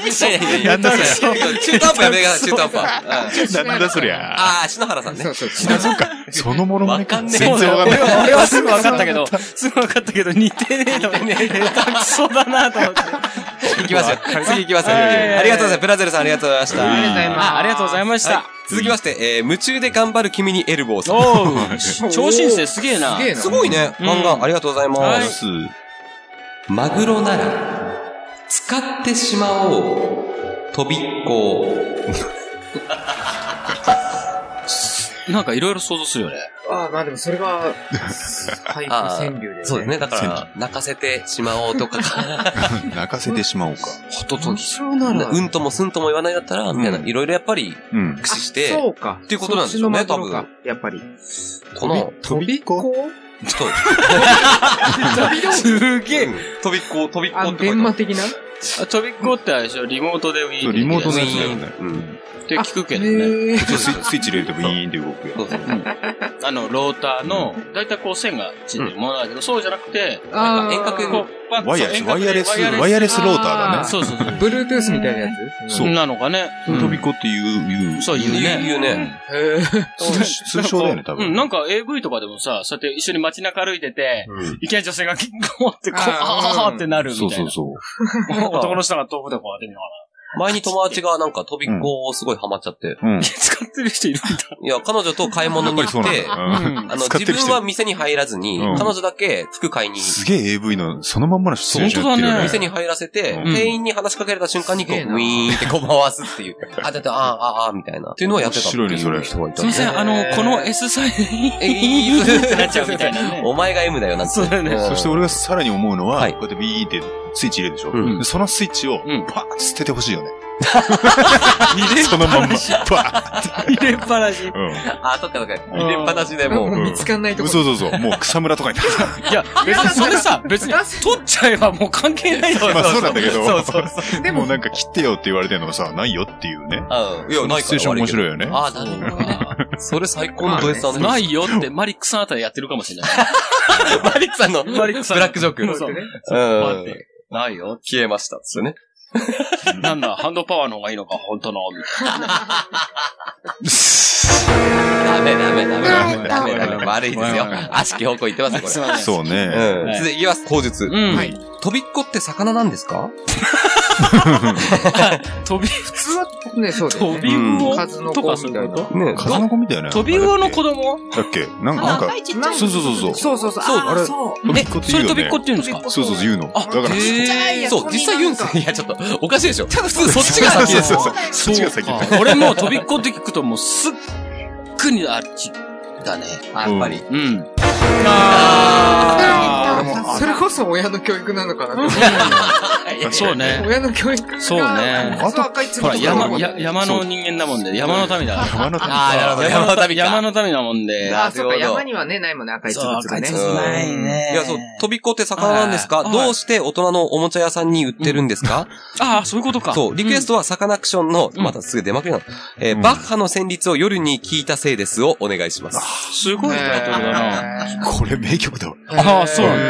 んだそれ。中途半端やめが、中途半端。うん
なんだそりゃ。
あー、篠原さんね
そ。うそう、そう
そっか。そのものまね
わかんねえ
全然わかんない。
俺はすぐ分かったけど、すぐ分かったけど、似てねえの。 下手くそだなと思って。
いきますよ。次いきますよ。
はいはいはい
ありがとうございます。ブラゼルさんありがとうございました。
ありがとうござい
あ、ありがとうございまし
はい
た。
続きまして、えー夢中で頑張る君にエルボーさん。
おう、超新星すげえな。
すげえな。
すごいね。
うん
漫画、ありがとうございま
は
す。マグロなら、使ってしまおう。飛びっこ。
なんかいろいろ想像するよね。
ああ、まあでもそれが、俳句川柳で、ね。
そうですね。。だから、泣かせてしまおうとか、
泣かせてしまおうか。
ほとと
そうなら。
うんともすんとも言わないだったら、みたいな、
うん
いろいろやっぱり
うん。
駆使して、
そうか。って
いうことなんでしょうね多。
やっぱり。
この、
飛びっこ
そう
すげえ。
飛びっこ、飛びっこ
あ、
って書
電
いてあ
話
る。
的な
あ飛びっこってあれでしょ、リモートでウィ
そう
ーン。
リモートの
で
や
ウ
つ
ィ
だよ
ーンっ
ね。
うん。
て聞くけどね。
へえ。
そうスイスイッチ入れるとビーンって動くよ。
そうそう。
あの、ローターの、だいたいこう線がついてるものだけど、そうじゃなくて、
あ
遠隔
こう、パッと
ワイヤレス、
遠
ワ
隔
イ
で
ヤレス、ワイヤレスローターだ
あ
ね。
そうそうそう。
ブルートゥースみたいなやつ
そう
なのかね。
飛びっこっていう、いう。
そういうね。
言うね。
へえ。
通称だよね、多
うん、
分。
なんか AV とかでもさ、そうやって一緒に街中歩いてて、いきなり女性がキンコーってこう、
あー
あーってなるみた
そ
いうな。
そうそう。
男の人が豆腐でこう当てみながら。
前に友達がなんか飛びっこをすごいハマっちゃって。
うん。
使ってる人いる
いや、彼女と買い物に行っ
や
て
っ、ぱりそうなんだ
あの、
使って
自
る人
分は店に入らずに、
うん
彼女だけ服買いに、
すげえ AV のそのまんまのシチュエーションやってるよね。
店に入らせて、
うん
店員に話しかけられた瞬間にこう、
すげえ
ウ
な
ィーンってこう回すっていう。あ、だって、あーあー、あーみたいな。っていうのをやってたってい
面白いね
う
そ
人がいた
すいません、あの、この S サイズに、 ってなっちゃうみたいなね。
お前が M だよ、なんて。
そうだよね
ん
そして俺がさらに思うのは、
はい
こうやってビーってスイッチ入れるでしょ、
うん
でそのスイッチを
うん
パーッと捨ててほしいよね。そのまんま。バ
入れっぱなし。
ーン
あ、そっかそっか。入れっぱなしでもう。
うん。
見つかんないと
うん。
ころ。
そうそうそう。もう草むらとかに。
いや、別にそれさ、別に、取っちゃえばもう関係ないじゃん
まあそうなんだけど。
そうそうそう。
で
も
も
うなんか切ってよって言われてるのがさ、ないよっていうね。
うん。いや、ないから悪い
シ
けど。
チュエーション面白いよね
あ、なるほど。それ最高のド S だね。
ないよって、マリックさんあたりやってるかもしれない。
マリックさんの、
マリックさん
ブラックジョーク。
そうね
うん。
ないよ。
消えました。ですよね。
なんだ、ハンドパワーの方がいいのか、本 当の。みたい
ダメダメダメダメダメダメ。
うん
悪いですよ
うん。
悪しき方向行ってますよ、これ。
な。
そうね。
うん。
はい
続いきます、口述。
うん。
はい
飛びっこって魚なんですか
飛び、
普通はね、そうだよ
飛
ね。
び魚
数の
と
子
かそ
み
うい
たいう
こ
な。
と
ね
風の子みたいな。
飛び魚の子供
だっけなんか、なんか、
いちっちゃい。
そうそうそうそう。
そうそうそう。あれ、そう。
飛び
え
っこっ、て
そ
言
れ
うよ
飛びっ
ね
こ。って言うんですか
そうそうそう、言うの。だから、
へー
ちっちゃいやつ
そう、実際言うんですよ。いや、ちょっと、おかしいでしょ。普通 そっちが
そうそう
先で
そ
す
う
よ。
そう。そっちが先だ
そうか俺もう飛びっこって聞くともうすっくにあっちだね。
あやっぱり。
うん。
あ
あ
それこそ親の教育なのかな。
あそう ね。
親の教育が。
そうね
あと赤いつ
ほ
ぶ
ら、
とか
山、や山の人間だもんで、山の民だから。
山の谷
ああ、なるほど。山の旅か。
山の民だもんで。
あ、そう
な
か。
るほど
山にはね、ないもんね、赤いつぶ
そう
つがね。
赤いつぶつないね
いや、そう、飛びっこって魚なんですか
はいはい
どうして大人のおもちゃ屋さんに売ってるんですか
ああ、そういうことか。
そう、リクエストはサカナクションの、またすぐ出まくりなの。えー
うん
バッハの旋律を夜に聞いたせいですをお願いします。
ト。すごいタイトルだな。
へ
これ名曲だわ。
ー
あそうなん
へ
だ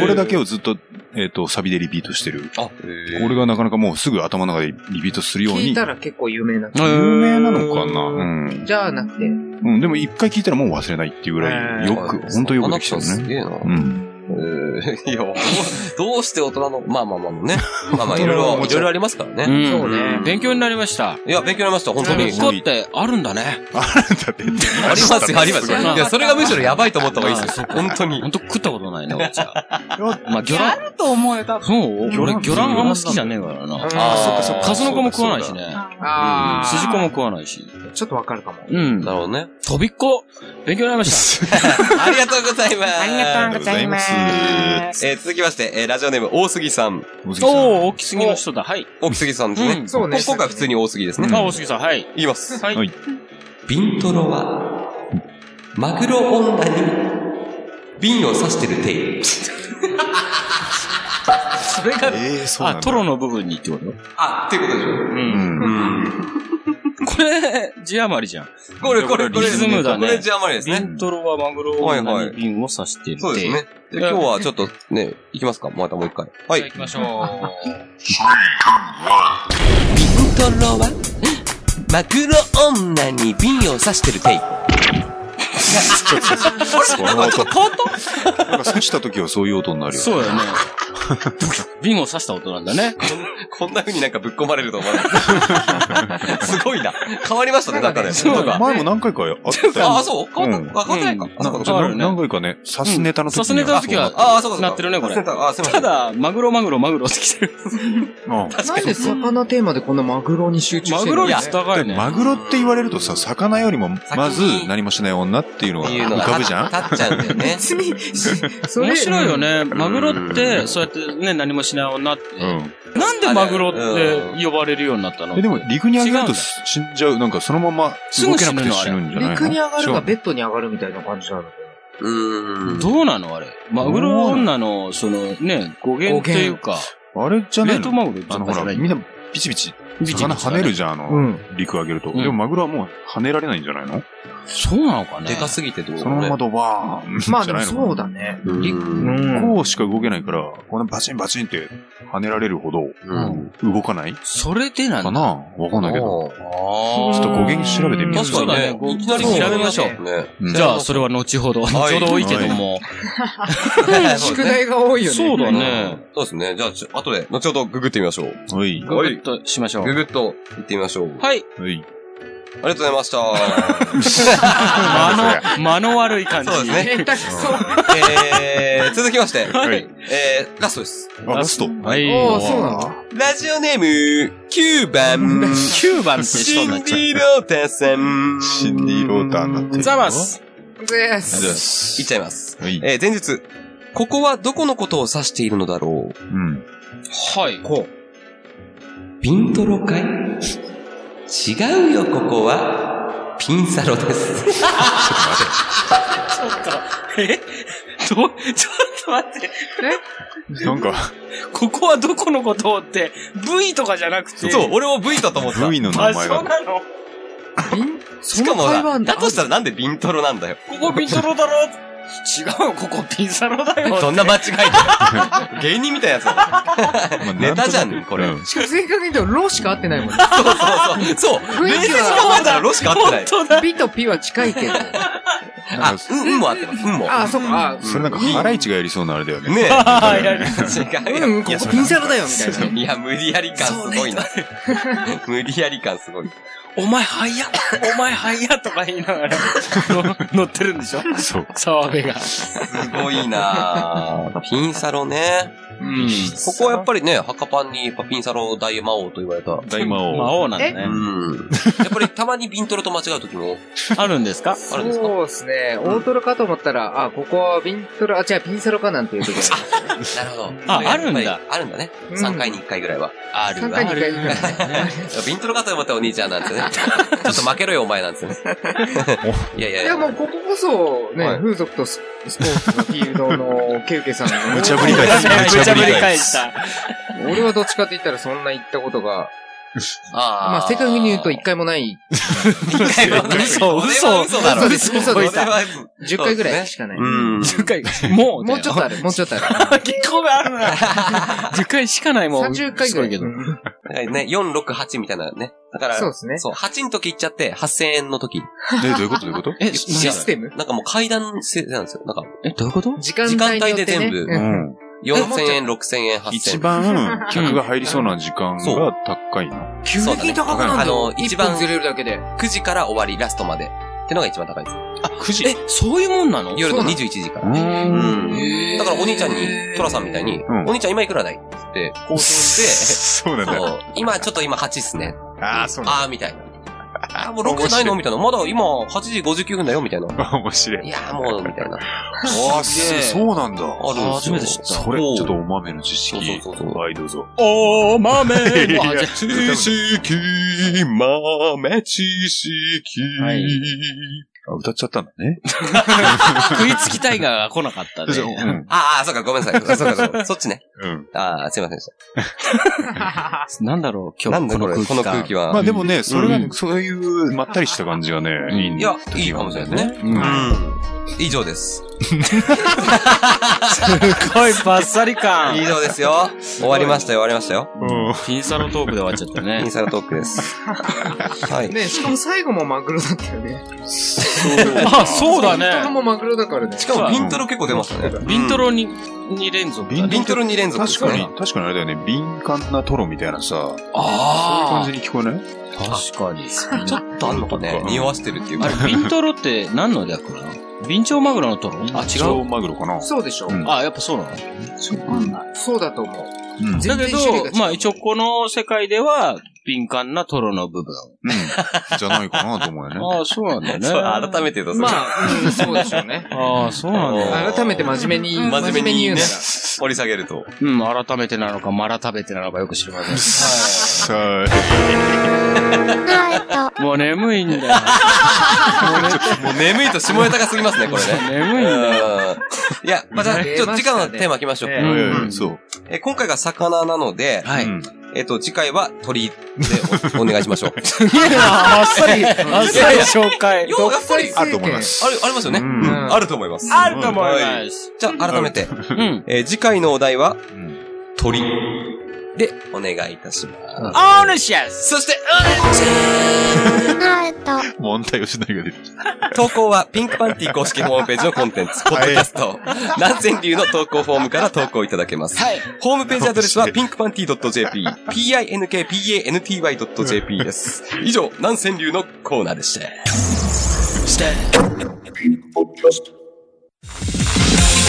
これだけをずっと、えっと、サビでリピートしてる。
あ、
俺がなかなかもうすぐ頭の中でリピートする
ー
よう
聞い
に
た。ら結構有名な。
有名なのかなうん。
じゃあなくて。
うん、でも一回聞いたらもう忘れないっていうぐらい、よく、ほんとよくできて
す
るね。
げえな。
うん。
いや、どうして大人の、まあまあまあね。まあまあ、いろ
大人
い
のお
ろ、
も
い
ちゃ
ろいろありますから
う
ね。
ん。
そうね
勉強になりました。
いや、勉強になりました、本当
飛
に
び。っこってあるんだね。
だって
ありますよ、ありますよ。
すごい
いや、それがむしろやばいと思った方がいいですよ。本当に
ほ。んと食ったことないね、お 茶。
あ
まあ、魚
あ
卵。
ると思うよ、多分。
そう俺、魚卵あんま好きじゃねえから
あ
な。
ーそっかそっか。
数の子も食わないしね。
あー
筋子も食わないし。
ちょっとわかるかも。
うん。
なるほどね。
飛びっこ、勉強になりました。
ありがとうございます。
ありがとうございます。
えー続きまして、えーラジオネーム、大杉さん。
お杉さん
おお、大きすぎの人だ。はい。
大杉さんです
う
ね
ん。
そうね。
今回は普通に大杉ですね。
あ、大杉さん、はい。
言います。
はい
はい。
ビントロは、マグロ女に、瓶を刺してる手。それが、
ええ、そうなん
あ、
だ。
トロの部分にってこと
あ、っていうことでしょ。
う。
うんん。
これ、字余りじゃん。
これ、これ、これ、
リズムだね
これ、ジャーマリです
ビ
ね。
ントロはマグロを
はいはい
何瓶を刺してるって。
そうですね。で今日はちょっとね、行きますかまたもう一回。は。
はいい。
ビ
行
ン
きましょう。
トロは、マグロ女に瓶を刺してる手。
その音。なんか刺した時はそういう音になるよ。
そうだよね。瓶を刺した音なんだね。
こんな風になんかぶっ込まれると思わなかった すごいな。変わりましたね、なんかね。
な
なんん
か
か
前も何回かあったよ。
あ、そう変わったあ変わってないか。あそうか
なん
そう
あ
か
るね
何回かね、刺すネタの時に
刺すネタの時は、
かあ、そうかそうか。
なってるね、これ。
あ、すいませ
た
ん。
だ、マグロマグロマグロって来てる。
うん
なんで魚テーマでこんなマグロに集中
マ
して
グ
る
ロ
の
率高いね。
マグロって言われるとさ、魚よりも、まず
先に
何もしない女っていうのが
っていうの
浮
が
かぶじゃん
立っちゃうんだよね。
別に、 それ
面白いよね。マグロって、そうやってね、何もしない女って。
うん。
なんでマグロって呼ばれるようになったの
え、でも、陸に上げる
違うん
と
だ
死んじゃう。なんか、そのまま動けなくて死ぬんじゃないの
陸に上がる
違
か
う
ベッドに上がるみたいな感じなのか
うん。
どうなのあれ。マグロ女の、そのね、語源っていうか、
あれじゃない
冷凍
の
マグロ
あ
と
の、
か
ほ
じゃな
ら、
い
みんな、ビチビチ、魚跳ねるじゃん、あ
う
の、
ん。
陸上げると。
うん
でも、マグロはもう跳ねられないんじゃないの
そうなのかね
でかすぎてどう
そのまま
ね。
ドバーン。
まあ
じ
でも
ゃないのかな
そうだね。
うん
うん。
こうしか動けないから、こんなバチンバチンって跳ねられるほど
うん
動かない
それでなん
か
だ。
なわかんないけど。
あー
ちょっと語源調べてみよう
確かにね
そうだね、
いきなり調べましょう。ね
うん
じゃあ、それは後ほど。後ほど多いけども。
宿題が多いよね。
そうだね。
そうですね。じゃあちょ、後で、後ほどググってみましょう。
はい。
ググッとしましょ
グ
う。
グっと行ってみましょう。
はい。
はい。
ありがとうございまし た。
間の、間の悪い感じ。
そうです
下手
ね。
くそ。
えー、続きまして。
はい。
えー、ラストです。
あ、ラスト。
はい。
おー、そうなの
ラジオネーム、9番、
9番って
シ
人になっ
ンデ
ちゃう。
ィ・ロータさん。
シンディ・ローターになってる。
ざます。
でー。
ざますす。
いっちゃいます。
はい。
えー、前日。ここはどこのことを指しているのだろう
うん。
はい。
ほう。
ピントロかい違うよ、ここは。ピンサロです。
ちょっと、えど、ちょっと待って、
なんか、
ここはどこのことをって、V とかじゃなくて。
そう、俺も V だと思った。
V の名
あ、
前
そう
が。
なの
しかもな、だとしたらなんでビントロなんだよ。
ここピンサロだろ違うよ、ここピンサロだよ。
そんな間違いだよ。芸人みたいなやつだ
まあ
ネタじゃ
なん
ん
となく
これ
うん
しかも正確に言うと、ロしか合ってないもんね。
そうそうそう。そう。
雰囲気は
そうだロしか合ってな
本
い。
当だ。
ピとピは近いけど。
な
あ
んか、
うん、うんも合ってます。うんも。
あ、そっか。あ
それなんか、ハライチがやりそうなあれだよね。
ねえ。
あーやり
違うよ。
うん、こ
いや
こ
そ
ピ
れ
ンサロだよ、みたいな。
いや、無理やり感すごいな。無理やり感すごい。
お前早っ、お前早っとか言いながら、乗ってるんでしょ
そう。
澤部が。
すごいなぁピンサロね。
うん。
ここはやっぱりね、墓パンにやっぱピンサロ大魔王と言われた。
大魔王。
魔王なんだ
う
ね。
ん。やっぱりたまにビントロと間違う時も
あるんですか
あるんですか
そうですね。大トロかと思ったら、あ、ここはビントロ、あ、違う、ピンサロかなんていう時あ
なるほど。
ああるんだ
やっぱりあるんだね。
うん
3回に1回ぐらいは。あ
る3回に1回ぐらい。
ビントロかと思ったお兄ちゃんなんてね。ちょっと負けろよお前なんてね。いやいや
いや、もうこここそ、ね、
はい
風俗とススポーツのフィールドのケウケさんの。
無茶ぶり返す。無茶ぶり返す。
した。
俺はどっちかって言ったらそんな行ったことが、
あー
まあ正確に言うと1回もない。
一回もない
嘘嘘
それは嘘だろ。
嘘嘘嘘
それは
10回ぐらいしかない。
うん。
10回、もう
も
だよ、
うちょっとある、もうちょっとある。
結構あるな。10 回しかないもん。
30回ぐらい。
すご
うん
だからね、4、6、8みたいなね。だから、
そうですね。
そう、8の時行っちゃって、8000円の時。
え、どういうことどういうこと
え、
システム
なんかもう階段制なんですよ。なんか、
え、どういうこと
時間帯によってね
時間帯で全部
うん
うん。
4000円、6000円、8000円。
一番、客が入りそうな時間
そう
が高いな。
急激に高くなるんだ
そうだねあの
よ。
一
一
番
番ずれるだけで。
9時から終わり、ラストまで。ってのが一番高いです。
9時
え、そういうもんなの
夜
そう
の
なの
21時か
う
ら。
ーん。
うん。だからお兄ちゃんに、トラさんみたいに、
ん
お兄ちゃん今いくらだいって言って、交渉して、
そうなんだ。
そう、今ちょっと今8っすね。
ああ、そうなん
あーみたいな。あーもう6時ないのみたいな。まだ今8時59分だよみたいな。
だ。面白い。
いやーもう、みたいな。
ああ、すそうなんだ。
あるんですよ。
初めて知った
それ、ちょっとお豆の知
そう
識。
そうそうそう
はい、どうぞ。
お豆
いや
あじゃあ
知識、豆知識。
はい
あ、歌っちゃったんだね。
食いつきタイガーが来なかった
そう
ね。
ん。
あーあー、そうか、ごめ んなさい。そうか、そうかそっちね。
うん。
ああ、すいませんでし
なんだろう、
た。
今
な
日
んだ
こ
こ
の
れ、
空
こ
気
の空
感。
気は。
まあでもね、それが
う
ね
ん
そういうまったりした感じがね、いい
いや、いいかもしれないですね。
うん。
うん。以 上です。
すごいバッサリ
以
感。
上ですよ。終わりましたよ、終わりましたよ。
うん
ピンサロトークで終わっちゃった
イン
ね。
サイドトークです。はい。
ね、しかも最後もマグロだったよね。
あ、そうだ
ビントロ
ね。
もマグロだからね。
しかも、ビントロ結構出ましたね。
ビントロに、に連続だね。
ビントロ2連続で
確
す
かに
ね。、
確かにあれだよね、敏感なトロみたいなさ、
あ
そういう感じに聞こえない
確かに。
あ。ちょっとあんのかね。匂わしてるっていう
あ
か。
れ、ビントロって何の略なのビンチョウマグロのトロあ、違う。
マグロかな
そうでしょ
うん
あ、やっぱそうなの
そうだと思う。
うん
だけ
全然種類が違
ど、
う
まあ一応この世界では、敏感なトロの部分。
じゃないかなと思うよね。
ああ、 そうなんだね。
そう改めてだ、それ
まあ、うん、そうでしょうね。
ああ、そうなんだ。
改めて真面目に、真
真
真
面
面目
目に
に
言う
ね
なら。、
掘り下げると。
うん、改めてなのか、まら食べてなのかよく知りません。
さあ、
もう眠いんだよ。
もう眠いと下ネタが過ぎますね、これね。
眠いん
う
だよ。
んいや、まあ、じゃあ、ちょっと次回のテーマいきましょう。
ええ
うん
うん
そう。
え今回が魚なので、
はい。
うん
えっと、次回は鳥でおお願いしましょう。
あっさり、あっさり紹介。
要はやっぱり、
あると思います。
ある、ありますよね。
うん
うんあると思います。
あると思います。
じゃあ、改めて、
うん。
えー次回のお題
う
は、
ん
鳥でお願いいたします。
オーヌシャス
そして、
問題をしないが出てきた。
投稿はピンクパンティ公式ホームページのコンテンツ、ポッドキャスト、南千流の投稿フォームから投稿いただけます。ホームページアドレスは pinkpanty.jp、pinkpanty.jp です。以上、南千流のコーナーでした。
飲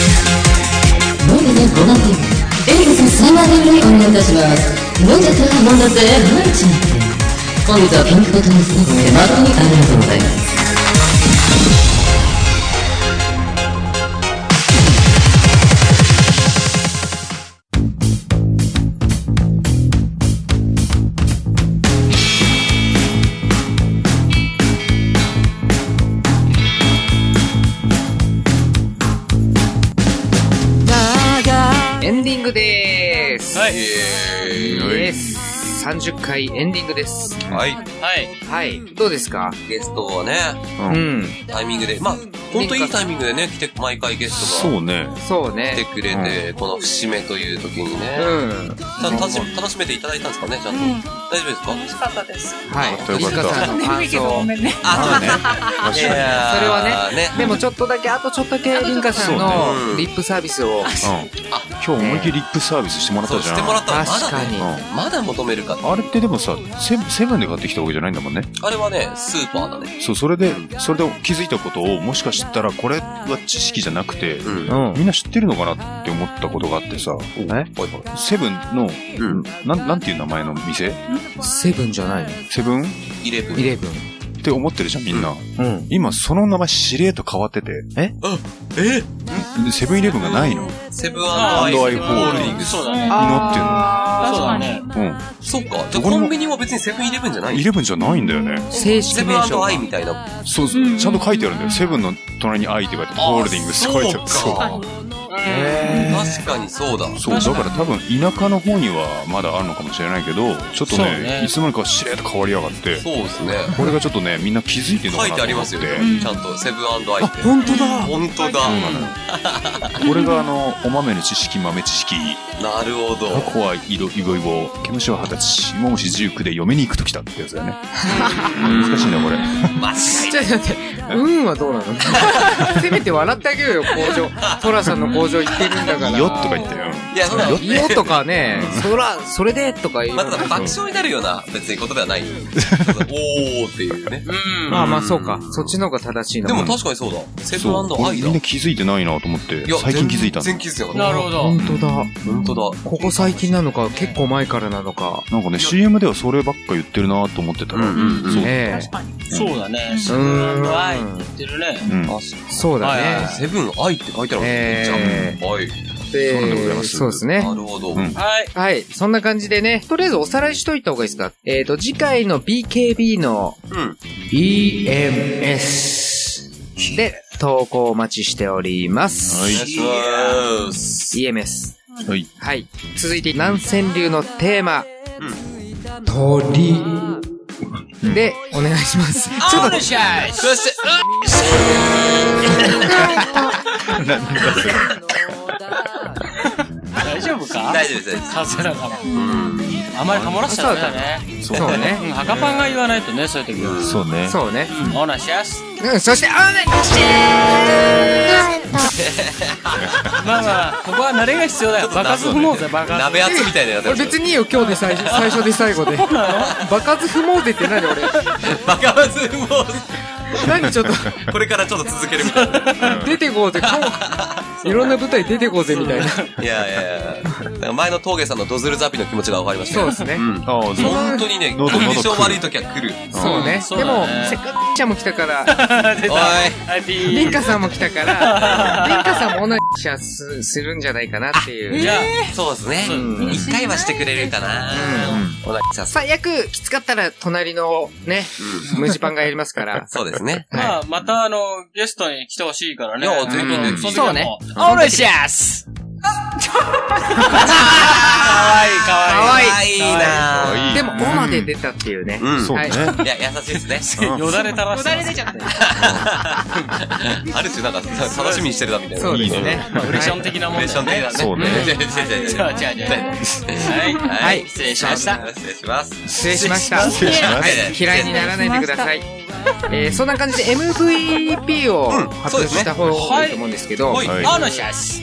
んでね、ごまんエルさん3万円ぐらいお願いいたします。飲んじゃったら飲んだぜ、はい、ちまって。本日はピンクボトルスナックで誠にありがとうございます。
クです。
はい
イエーイ
です。30回エンディングです。
はい。
はい。
はい。どうですか
ゲストはね、
うん。
タイミングで、まあ、本当いいタイミングでね、来て、毎回ゲストが
そうね。
そう
来て
ね。
くれて、この節目という時に
う
ね、
ん。
ちゃんと楽し楽しめていただいたんですかね、ちゃんと。
うん
大丈夫ですか
楽しかったです。
はい。
かったよかっ
藤
た
川さんの
眠
感
いけどご
想。
めんね。
あ、そう ね。いやー
それは
ね。
でもちょっとだけ、あとちょっとだけ、リンカさん
そうねう
の
ん
リップサービスを。
うん。今日思いっきりリップサービスしてもらっ
そ
た
う
じ
し
ゃ
てもら
ん。
ったらま
確
だ
か
ね、
に。
まだ求めるか。
あれってでもさ、セブンセブンで買ってきたわけじゃないんだもんね。
あれはね、スーパーだね。
そう、それで、それで気づいたことを、もしかしたらこれは知識じゃなくて、
うん
うん
みんな知ってるのかなって思ったことがあってさ、
ほいほい。
セブンの、
うん
なん、なんていう名前の店
セブンじゃないの
セブンっ
イレブン
イレブン。
て思ってるじゃん、みんな。
うん。
今、その名前しれーと変わってて、
え
セブンイレブンがないのに
セブン
あ
ア
アン
イ
ドア
ホ
イ
ールディングス。
そうだね。
な
そうだ
ね。
ね。
ってんの。
そっか。じ
どこ
ゃあ
に
コ
も
ンビニは別にセブンイレブンじゃな
うん。イ
い
レブンじゃないんだよね。
正式
セブン
名称。
アイみたいな。
そう、
うん
ちゃんと書いてあるんだよ。セブンの隣に愛って書いてある。ホールディングスって書いてある。
そう
そ
か。
へ
確かにそうだ。
う。そう、だから多分田舎の方にはまだあるのかもしれないけど、ちょっと
そう
ね、
ね
いつの間にかしれーと変わりやがって、
そうですね。
これがちょっとね、みんな気づいてるの
書
か
い
な
て
と
あり
思
ま
っ
す
て
よ。。ちゃんとセブンアイって。本当だ本当だ。
俺があの、お豆の知識、豆知識、
なるほど。
コア、色、イゴイゴ、毛虫は二十歳、芋虫十九で嫁に行くときたってやつ だよね。難しいな、これ。
間違い
ちょっと待って、うんはどうなの せめて笑ってあげようよ、工場。トラさんの工場行ってるんだから。
よっとか言ってよ。
いや、そうだ。
よよとかね、そら、それでとか言う
まあ、ただ爆笑になるような、別にことではない。おーっていうね。
うん。
まあまあそうか。そっちの方が正しいの
で
か
も確かにそうだ。セブン
そう、
ア
俺
イ
み
だ
んな。気づいてないなと思って
いや、
最近気づいたんだ
全然気づいてな
な
かっ
るほど
本。当だ。
た。本当だ。
ここ最近なのか、結構前からなのか。
なんかね、CM ではそればっか言ってるなと思ってたら、
うんうんうん
そう、
え
確かに。
そうだね。セ
え。う
ブンアイって
ーん。
言ってるね。
うん
あ、
そうだね。
セブンアイって書いてあるわけじゃ
え
ん。はい。
で
そうなんでございます
そうですね
な。るほ
う
ど。
ん
はい。
はい。そんな感じでね、とりあえずおさらいしといた方がいいですか。えっ、と、次回の BKB の
うん。
EMS で投稿お待ちしております。
お願いします。
EMS。
はい。
はい。続いて、南川流のテーマ。鳥。で、お願いします。ちょっと、
そして、
大丈夫か
大丈夫です。大丈夫です
さすがだから。あまりハモらしちゃったね。
そう
そう
う
ね。
ん、赤パンが言わないとね、そういう時は。
そうね。
そうね。
オーナーシャス。
うん、そして、あね
まあまあ、ここは慣れが必要だよ。爆発踏もうぜ、爆発。
鍋厚みたいなやつ。
俺別にいいよ、今日で最初、最初で最後で。爆発不毛でって何俺。
バカバズも
何ちょっと、
う、これからちょっと続けるみたいな。
出てこうぜ、顔いろんな舞台出てこうぜ、みたいな。
いやいやいや。なんか前の峠さんのドズルザピの気持ちが分かりました
そう
よ。
ですね。
うん。
ああ、そう。
本当にね、コン
喉
デ
喉
ィション悪い時は来る。
そうね。
そう
でも
だね、
せっかくちゃんも来たから、
おい。
はい、ピ
リン
ー。
カさんも来たから、リンカさんもオナニーしゃすするんじゃないかなっていう。
じゃあ、
そうですね
う。
一回はしてくれるかな。おなさん。
最悪、きつかったら、隣のね、蒸しパンがやりますから。
そうですね。
まあ、またあの、ゲストに来てほしいからね。
いや 全然
うんその時は
そ
もう。
うね
オーナーシャス
可愛い
可愛い
愛い。可愛いな
愛い
でも、おまで出たっていうね。
うん。
そうね。
いや、優しいですね。
よだれ垂らしてます。
ある種なんかさ楽しみにしてるなみたいな。
そうです
いい
ね
ね。
まあフレクション的なもん
テ
だ
ンショ
よ
ン的
ね。
だね。
そうね
じゃあじゃあじゃあじゃ
じゃあ
あ
じゃあじゃ
はい。はい失礼しました。失礼します。
失礼しました。
失礼しま
は
す
い、嫌いにならないでください。えー、そんな感じで MVP を
うん
発
そう
表
ですね
した方がいいと思うんですけど、
はい
はい
オーナーシャス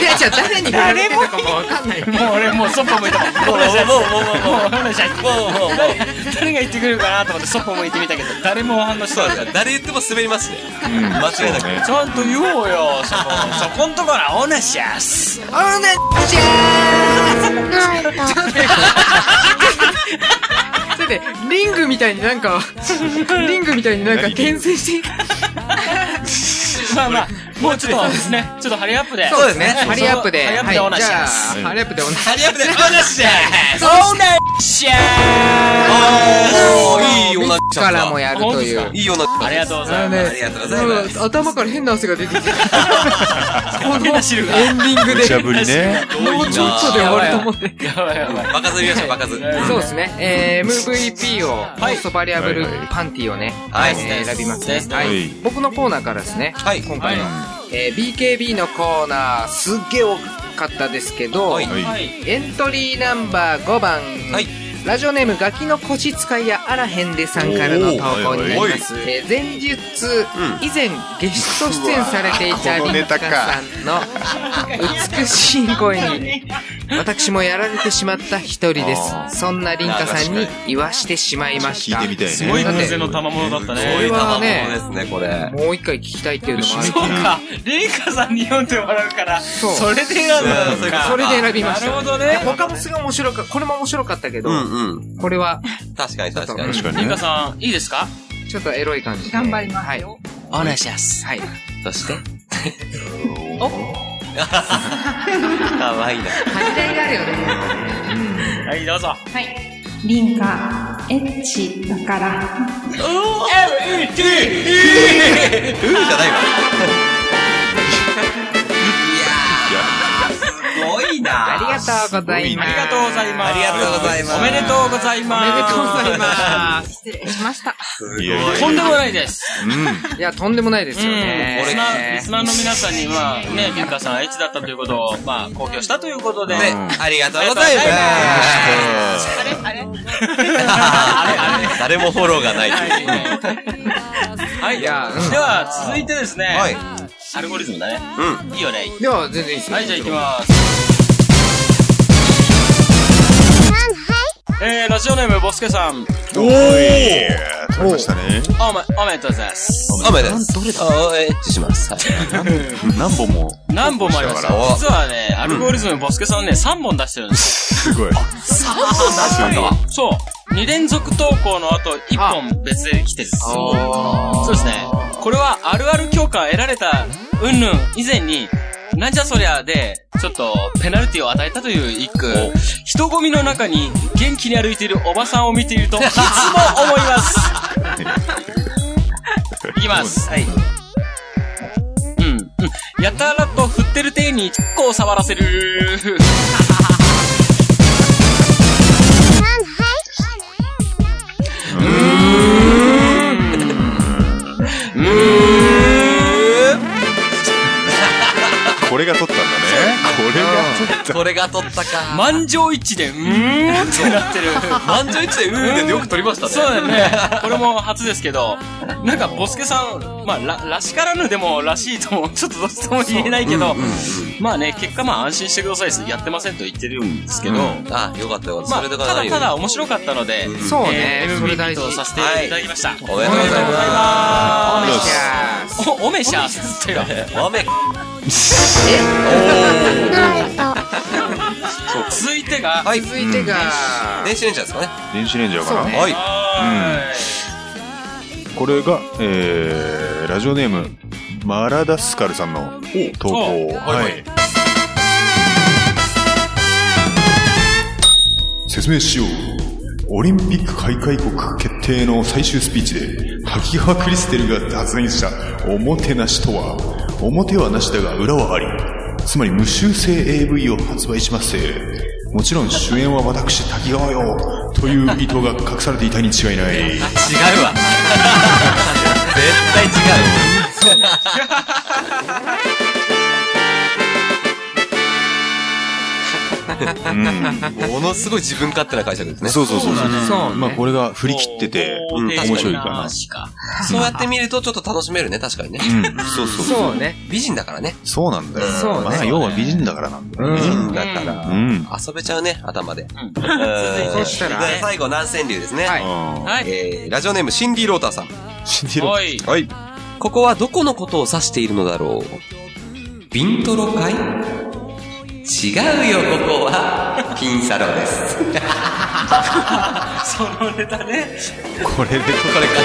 いや、じゃあ誰に振られてるのかもわかんない。
もう俺もうそっぽ向いたもん。オーナーシャスもうオーナーシャスもうもう誰が言ってくれるかなと思ってそっぽ向いてみたけど、誰も反応して
そう
なか
だ
っ
ね誰言っても滑りますね。間違いなく。
た。ちゃんと言おうよ、そこ。 そこんとこら、オーナーシャス
おなじゃーちょっと待って、リングみたいになんか、リングみたいになんか転生して、
まあまあ、もうちょっとですね、ちょっとハリアップで。
そうですね。ハリアップで。
ハリアップで
は
お
い
願い
じ
し
ゃ
ま
あ
す。
ハリアップでおなし。
ありがと うございます。
オーナーシャス
おーいいおな
からもやるという。
いいような、
ありがとうござい
あの
ます。
ね
ありがとうございます
なんか頭から変な汗が出てきて。
変な汁が。
エンディング
無
で。
茶ぶりね。
もうちょっとで終わると思って。
やばいやばい。
バカずりましょう、バカずり。
そうですね。えー、MVP を、コストバリアブルパンティをね、
はい
えー選びますね。
は
はいい。僕のコーナーからですね。
はい
今回の。えー、BKB のコーナー、すっげえ多かったですけど、
はい
はい。
エントリーナンバー5番、
はい
ラジオネームガキの腰使いやあらへんでさんからの投稿になり
おーはい
ます、えー前日、以前ゲスト出演されていた
うわーこ
り
のネ
っか
タか
さんの美しい声に私もやられてしまった一人で
あー
すそんなりんかさんに言わしてしまいまし
聞い
た
てみたいね。
すごい
だって
偶然の賜物だった
こう
ね。
いう
は
卵
ね
ですね、これ。
もう一回聞きたいっていうのもある
そう
から
か。レイカさんに読んでもらうから、
そう
それで選ぶ
うんそれ
の
か
か。
それで選びました
なるほどね
他もすごい面白かこれも面白かったけど、
うんうん。
これは
確かに確かに。
確か
レ
に
イ
ね
カ。さん、いいですか
ちょっとエロい感じで
頑張りますよ。
お願いします。
はい
そして おかわいいな。
恥じらいがあるよね。
はい、どうぞ。
はい。リンカ、エッチだから。
うーじゃないわ。いやー、すごいな
ありがとうござい
あ
ます。
りがとうございます。
ありがとうございます
おめでとうございま
お
す。
めでとうございま
失礼しました。
いやいやいや
とんでもないです。
す。いや、とんでもないですよ
うん、
ね。
リスナーリスナーの皆さんには、ね、ミンカさんはエッチだったということを、まあ、公表したということで。
ね
ね、
ありがとうございます。
あれあれ
誰もフォローがない。
はい。
い
で
やうん
は、続いてですね。
はい。
アルゴリズムだね。いいよね。
では、全然いいですよ。
はい、じゃあ行きます。えー、ラジオネーム、ボスケさん。
おー取りましたね。
おめ、おめでとうございます。
雨です。どれだエッチします。はい
何本も。
何本もありますよ
お
実はね、アルゴリズム、ボスケさんね、3本出してるんです
すごい。
よ。そう。2連続投稿の後、1本別で来てるんですよ
あ
そうですね。これはあるある強化を得られた、うんぬん以前に、なんじゃそりゃで、ちょっとペナルティを与えたという一句。人混みの中に元気に歩いているおばさんを見ていると、いつも思います。いきます。はい。うん、うん。やたらと振ってる手にチッコを触らせる。
これが取ったんだね。これが取っ
これが取ったか。
満場一致で、うーんってなってる。
満場一致でうーんでよく取りましたね。
そうだよね。これも初ですけど、なんか、ボスケさん、まあ、ら、らしからぬでも、らしいとも、 ちょっとどうしても言えないけど、まあね、結果まあ安心してください。やってませんと言ってるんですけど、
あ、よかったよかっ
ま
た。そ
あ、
れ
た
で
だ
かなり
ただ面白かったので、
ーそうね
え。ー
それ大
MVP
事。
とさせていただきました。
おめでとうございま
たんだ。
い
おおめしゃーって言って
す。雨。
た続いてが、
やー続いてが、
電子レンジャーですかね。
電子レンジャーかな。
そうね
はい。
は
これが、えー、ラジオネーム、マラダスカルさんの投稿。
お
はい。説明しよう。オリンピック開会国決定の最終スピーチで、萩川クリステルが発言したおもてなしとは、表はなしだが裏はあり、つまり無修正 AV を発売しますせ。もちろん主演は私、滝川よ、という意図が隠されていたに違いない。
違うわ。 絶対違う。ものすごい自分勝手な解釈ですね。
そうそうそうそう。
そうね
まあこれが振
振
り切ってて、うん面白いかな。
そうやって見るとちょっと楽しめるね、確かにね。
そうそうそう。
そうね。
美人だからね。
そうなんだよ。
そうね
まあ要は美人だからなんだよね。
だから、
うん。
遊べちゃうね、頭で。うん
そしたら
で最後、南千流ですね。
はい
あ
はい。
えーラジオネーム、シンディ・ローターさん。
ー信じろ。
はい。
はい。
ここはどこのことを指しているのだろうビントロ会違うよ、ここ は。ピンサロです。こ
そのネタね。
これで、
れから。なんか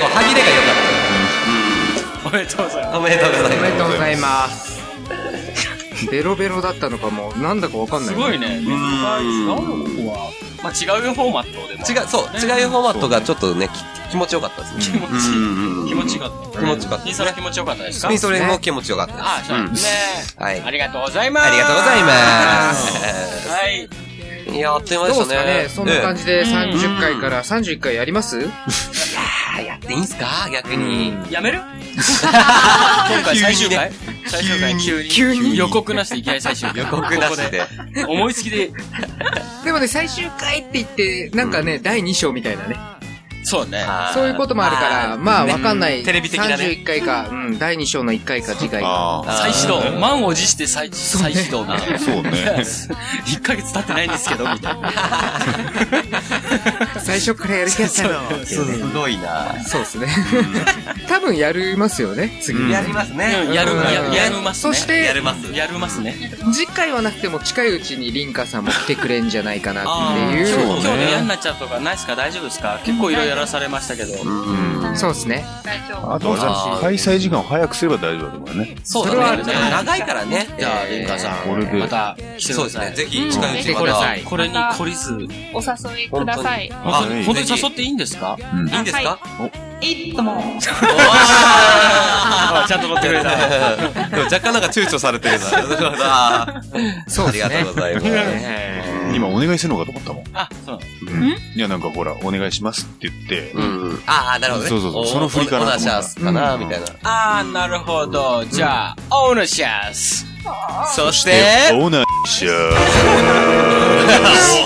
こう、歯切れが良か
おめでとうございます。
った。おめでとうござい
おめで
ま
とうございます。ベロベロだったのかもうなんだかわかんない
す
よね、
ごいね。
うーん
まあ、違うフォーマットでも。
違う、そう、違うフォーマットがちょっとね、き気持ちよかったです
気
ね。
持
う
ちいい。
んうん
気
うん
持ちよかった。
気持ちよかった
ピンサロ気持ちよかったですか
ピンそれも気持ちよかったです。
あ、そう
うん
ね。
はい。
ありがとうございます。
ありがとうございます。
はい。
いや、あっという間で
どうで
し
すか
たね。
ねそんな感じで
うん
30回から31回やります
あ、やっていいんすか逆に。
や める今回最終回最終回急に。急に予告なしでいきなり最終回。
予告なしで。
ここで。思いつきで。
でもね、最終回って言って、なんかね、第2章みたいなね。
そうね。
あー
そういうこともあるから、まあ、わかんない。
テレビ的なね
31回か、うん、第2章の1回か次回か。
ああ、
再始動。満を持して再再始動みたい な。
そうね。
1ヶ月経ってないんですけど、みたい な。
最初からやる気がしたの。
すごいな
そうですね。 多分やりますよね、次。
やります
うん
ね。
やる、や
うん
やるます
そ
ね。
して
やるます。やるますね。
次回はなくても近いうちにリンカさんも来てくれんじゃないかなってい
今日
う。
今日ね、嫌になっちゃうとかないですか大丈夫ですか結構いろいろやらされましたけど。
そうですね。
大丈 夫。
あとは開催時間を早くすれば大丈夫だもんね。
そ
それはあるね
長いからね。
じゃあ、リンカさ
これ
ん、
で
また来てく
そう
ださ
ですね。
い。
ぜひ近いう
来
ち
て
ま
くだ
た
さ。い。
これに懲りず、
お誘いください。
本当
は
に、
い
本当
ぜ
に
ひ
誘っていいんですか
いいんですか
いっとも。
あちゃんと乗ってくれた。
でも若干なんか躊躇されてる な。
そうです
ありが
ね
とう。ございます。
今お願いするのかと思ったもん。
あ、そうなの
うんいや、なんかほら、お願いしますって言って、
うん。ああ、なるほどね。
そうそうそうその振りかなと
オナ
思っ
シ
た
ャスかな、
うん
みたいな。
あー、なるほど。じゃあ、オーナーシャース。
そし
え
て、
オーナーシャ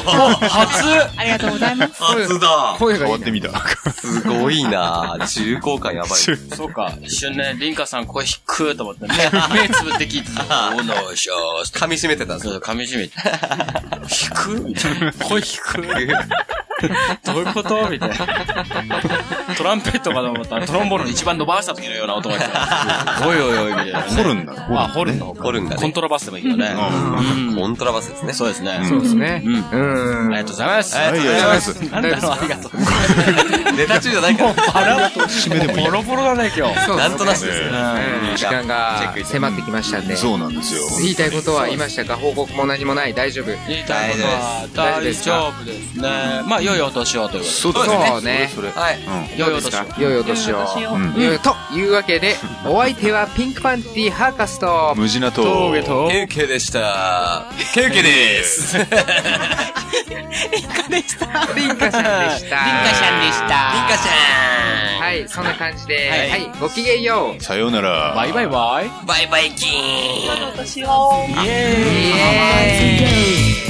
初
ありがとうございます。
初だ
声
変
がい
わ
いね
って みた。
すごいな重厚感やばい。
そうか、一瞬ね、リンカさん声低いと思ってね、 目つぶって聞いてた。オーナーシャース。
噛み締めてたんです
そう
よ
そう、噛み締めて。低いみたいな。声低い。どういうことみたいな。トランペットかと思ったら、トロンボーンの一番伸ばした時のような音がした。おいおいおい、みたいな。
ホルンだ。
あ、ホルンの方
ホルンがね
コントラバスでもいいよね。うん
コントラバスですね。
そうですね。
そうですね。
うん
うん。
ありがとうございます。
はい、ありがとうございます。
なんだろう、ありがとう。
ネタ中じゃない から。
締めでもいい
ボ。ロボロだね、今日。
そうです
な
ね
んとなくですね。
うん時間が迫ってきましたんで。
そうなんですよ。
言いたいことは言いましたが、報告も何もない。大丈夫。
言いたいことは
大丈夫
大
です
丈夫ですね。まあ、良いお年をというこ
そう
だねそうね
それそれ
はい。
とで。良いお年を。
良いお年を。
うん
うんというわけで、お相手はピンクパンティーハーカスと、
無事なと。
ケウケでした。ケウケです。リンカ
リンカさんでした。リンカさんでした。
ちゃ
はい、そんな感じで、はい、ごきげんよう。
さようなら。
バイバイバイ。
んバイバイキーン
私を。
イエーイ。
Let's go.